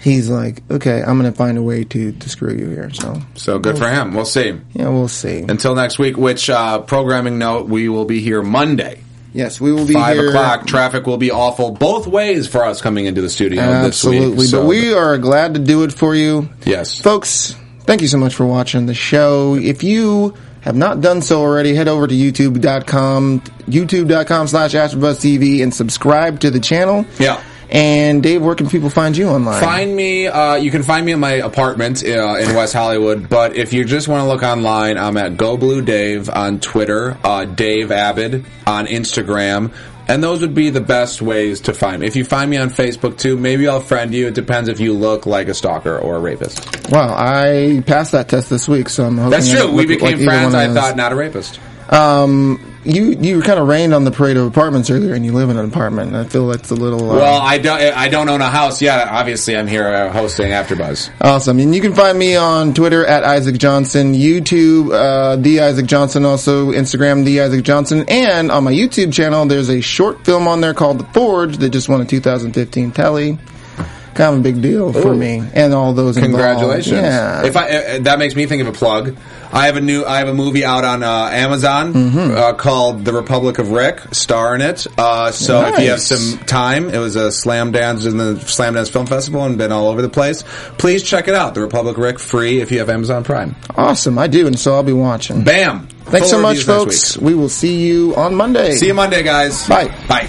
Speaker 1: he's like okay i'm going to find a way to, to screw you here so
Speaker 2: So good for him. We'll see.
Speaker 1: yeah we'll see
Speaker 2: Until next week, which uh, programming note, we will be here Monday,
Speaker 1: yes we will be
Speaker 2: five
Speaker 1: here
Speaker 2: o'clock. Traffic will be awful both ways for us coming into the studio
Speaker 1: Absolutely.
Speaker 2: this week.
Speaker 1: But we are glad to do it for you.
Speaker 2: Yes.
Speaker 1: Folks, thank you so much for watching the show. If you have not done so already, head over to youtube.com, youtube.com slash AfterBuzzTV and subscribe to the channel.
Speaker 2: Yeah.
Speaker 1: And Dave, where can people find you online?
Speaker 2: Find me. Uh, you can find me in my apartment uh, in West Hollywood. But if you just want to look online, I'm at Go Blue Dave on Twitter, uh, Dave Abbott on Instagram. And those would be the best ways to find me. If you find me on Facebook too, maybe I'll friend you. It depends if you look like a stalker or a rapist.
Speaker 1: Wow, I passed that test this week, so I'm hoping
Speaker 2: That's
Speaker 1: I
Speaker 2: true.
Speaker 1: don't
Speaker 2: We
Speaker 1: look like
Speaker 2: became
Speaker 1: either one
Speaker 2: friends. I
Speaker 1: of those.
Speaker 2: thought not a rapist.
Speaker 1: Um, you you were kind of rained on the parade of apartments earlier, and you live in an apartment. I feel that's a little uh,
Speaker 2: Well, I don't. I don't own a house yet. Obviously, I'm here uh, hosting AfterBuzz.
Speaker 1: awesome. And you can find me on Twitter at Isaac Johnson, YouTube uh, the Isaac Johnson, also Instagram the Isaac Johnson, and on my YouTube channel, there's a short film on there called The Forge that just won a 2015 Telly. Kind of a big deal for
Speaker 2: Ooh.
Speaker 1: me and all those. involved.
Speaker 2: Congratulations!
Speaker 1: Yeah.
Speaker 2: If I uh, that makes me think of a plug. I have a new. I have a movie out on uh, Amazon
Speaker 1: Mm-hmm.
Speaker 2: uh, called The Republic of Rick, starring it. Uh, so if you have
Speaker 1: Nice.
Speaker 2: some time, it was a slam dance in the Slam Dance Film Festival and been all over the place. Please check it out. The Republic of Rick, free if you have Amazon Prime.
Speaker 1: awesome, I do, and so I'll be watching.
Speaker 2: Bam!
Speaker 1: Thanks so
Speaker 2: Full
Speaker 1: much,
Speaker 2: reviews next
Speaker 1: folks.
Speaker 2: week.
Speaker 1: We will see you on Monday.
Speaker 2: See you Monday, guys.
Speaker 1: Bye.
Speaker 2: Bye.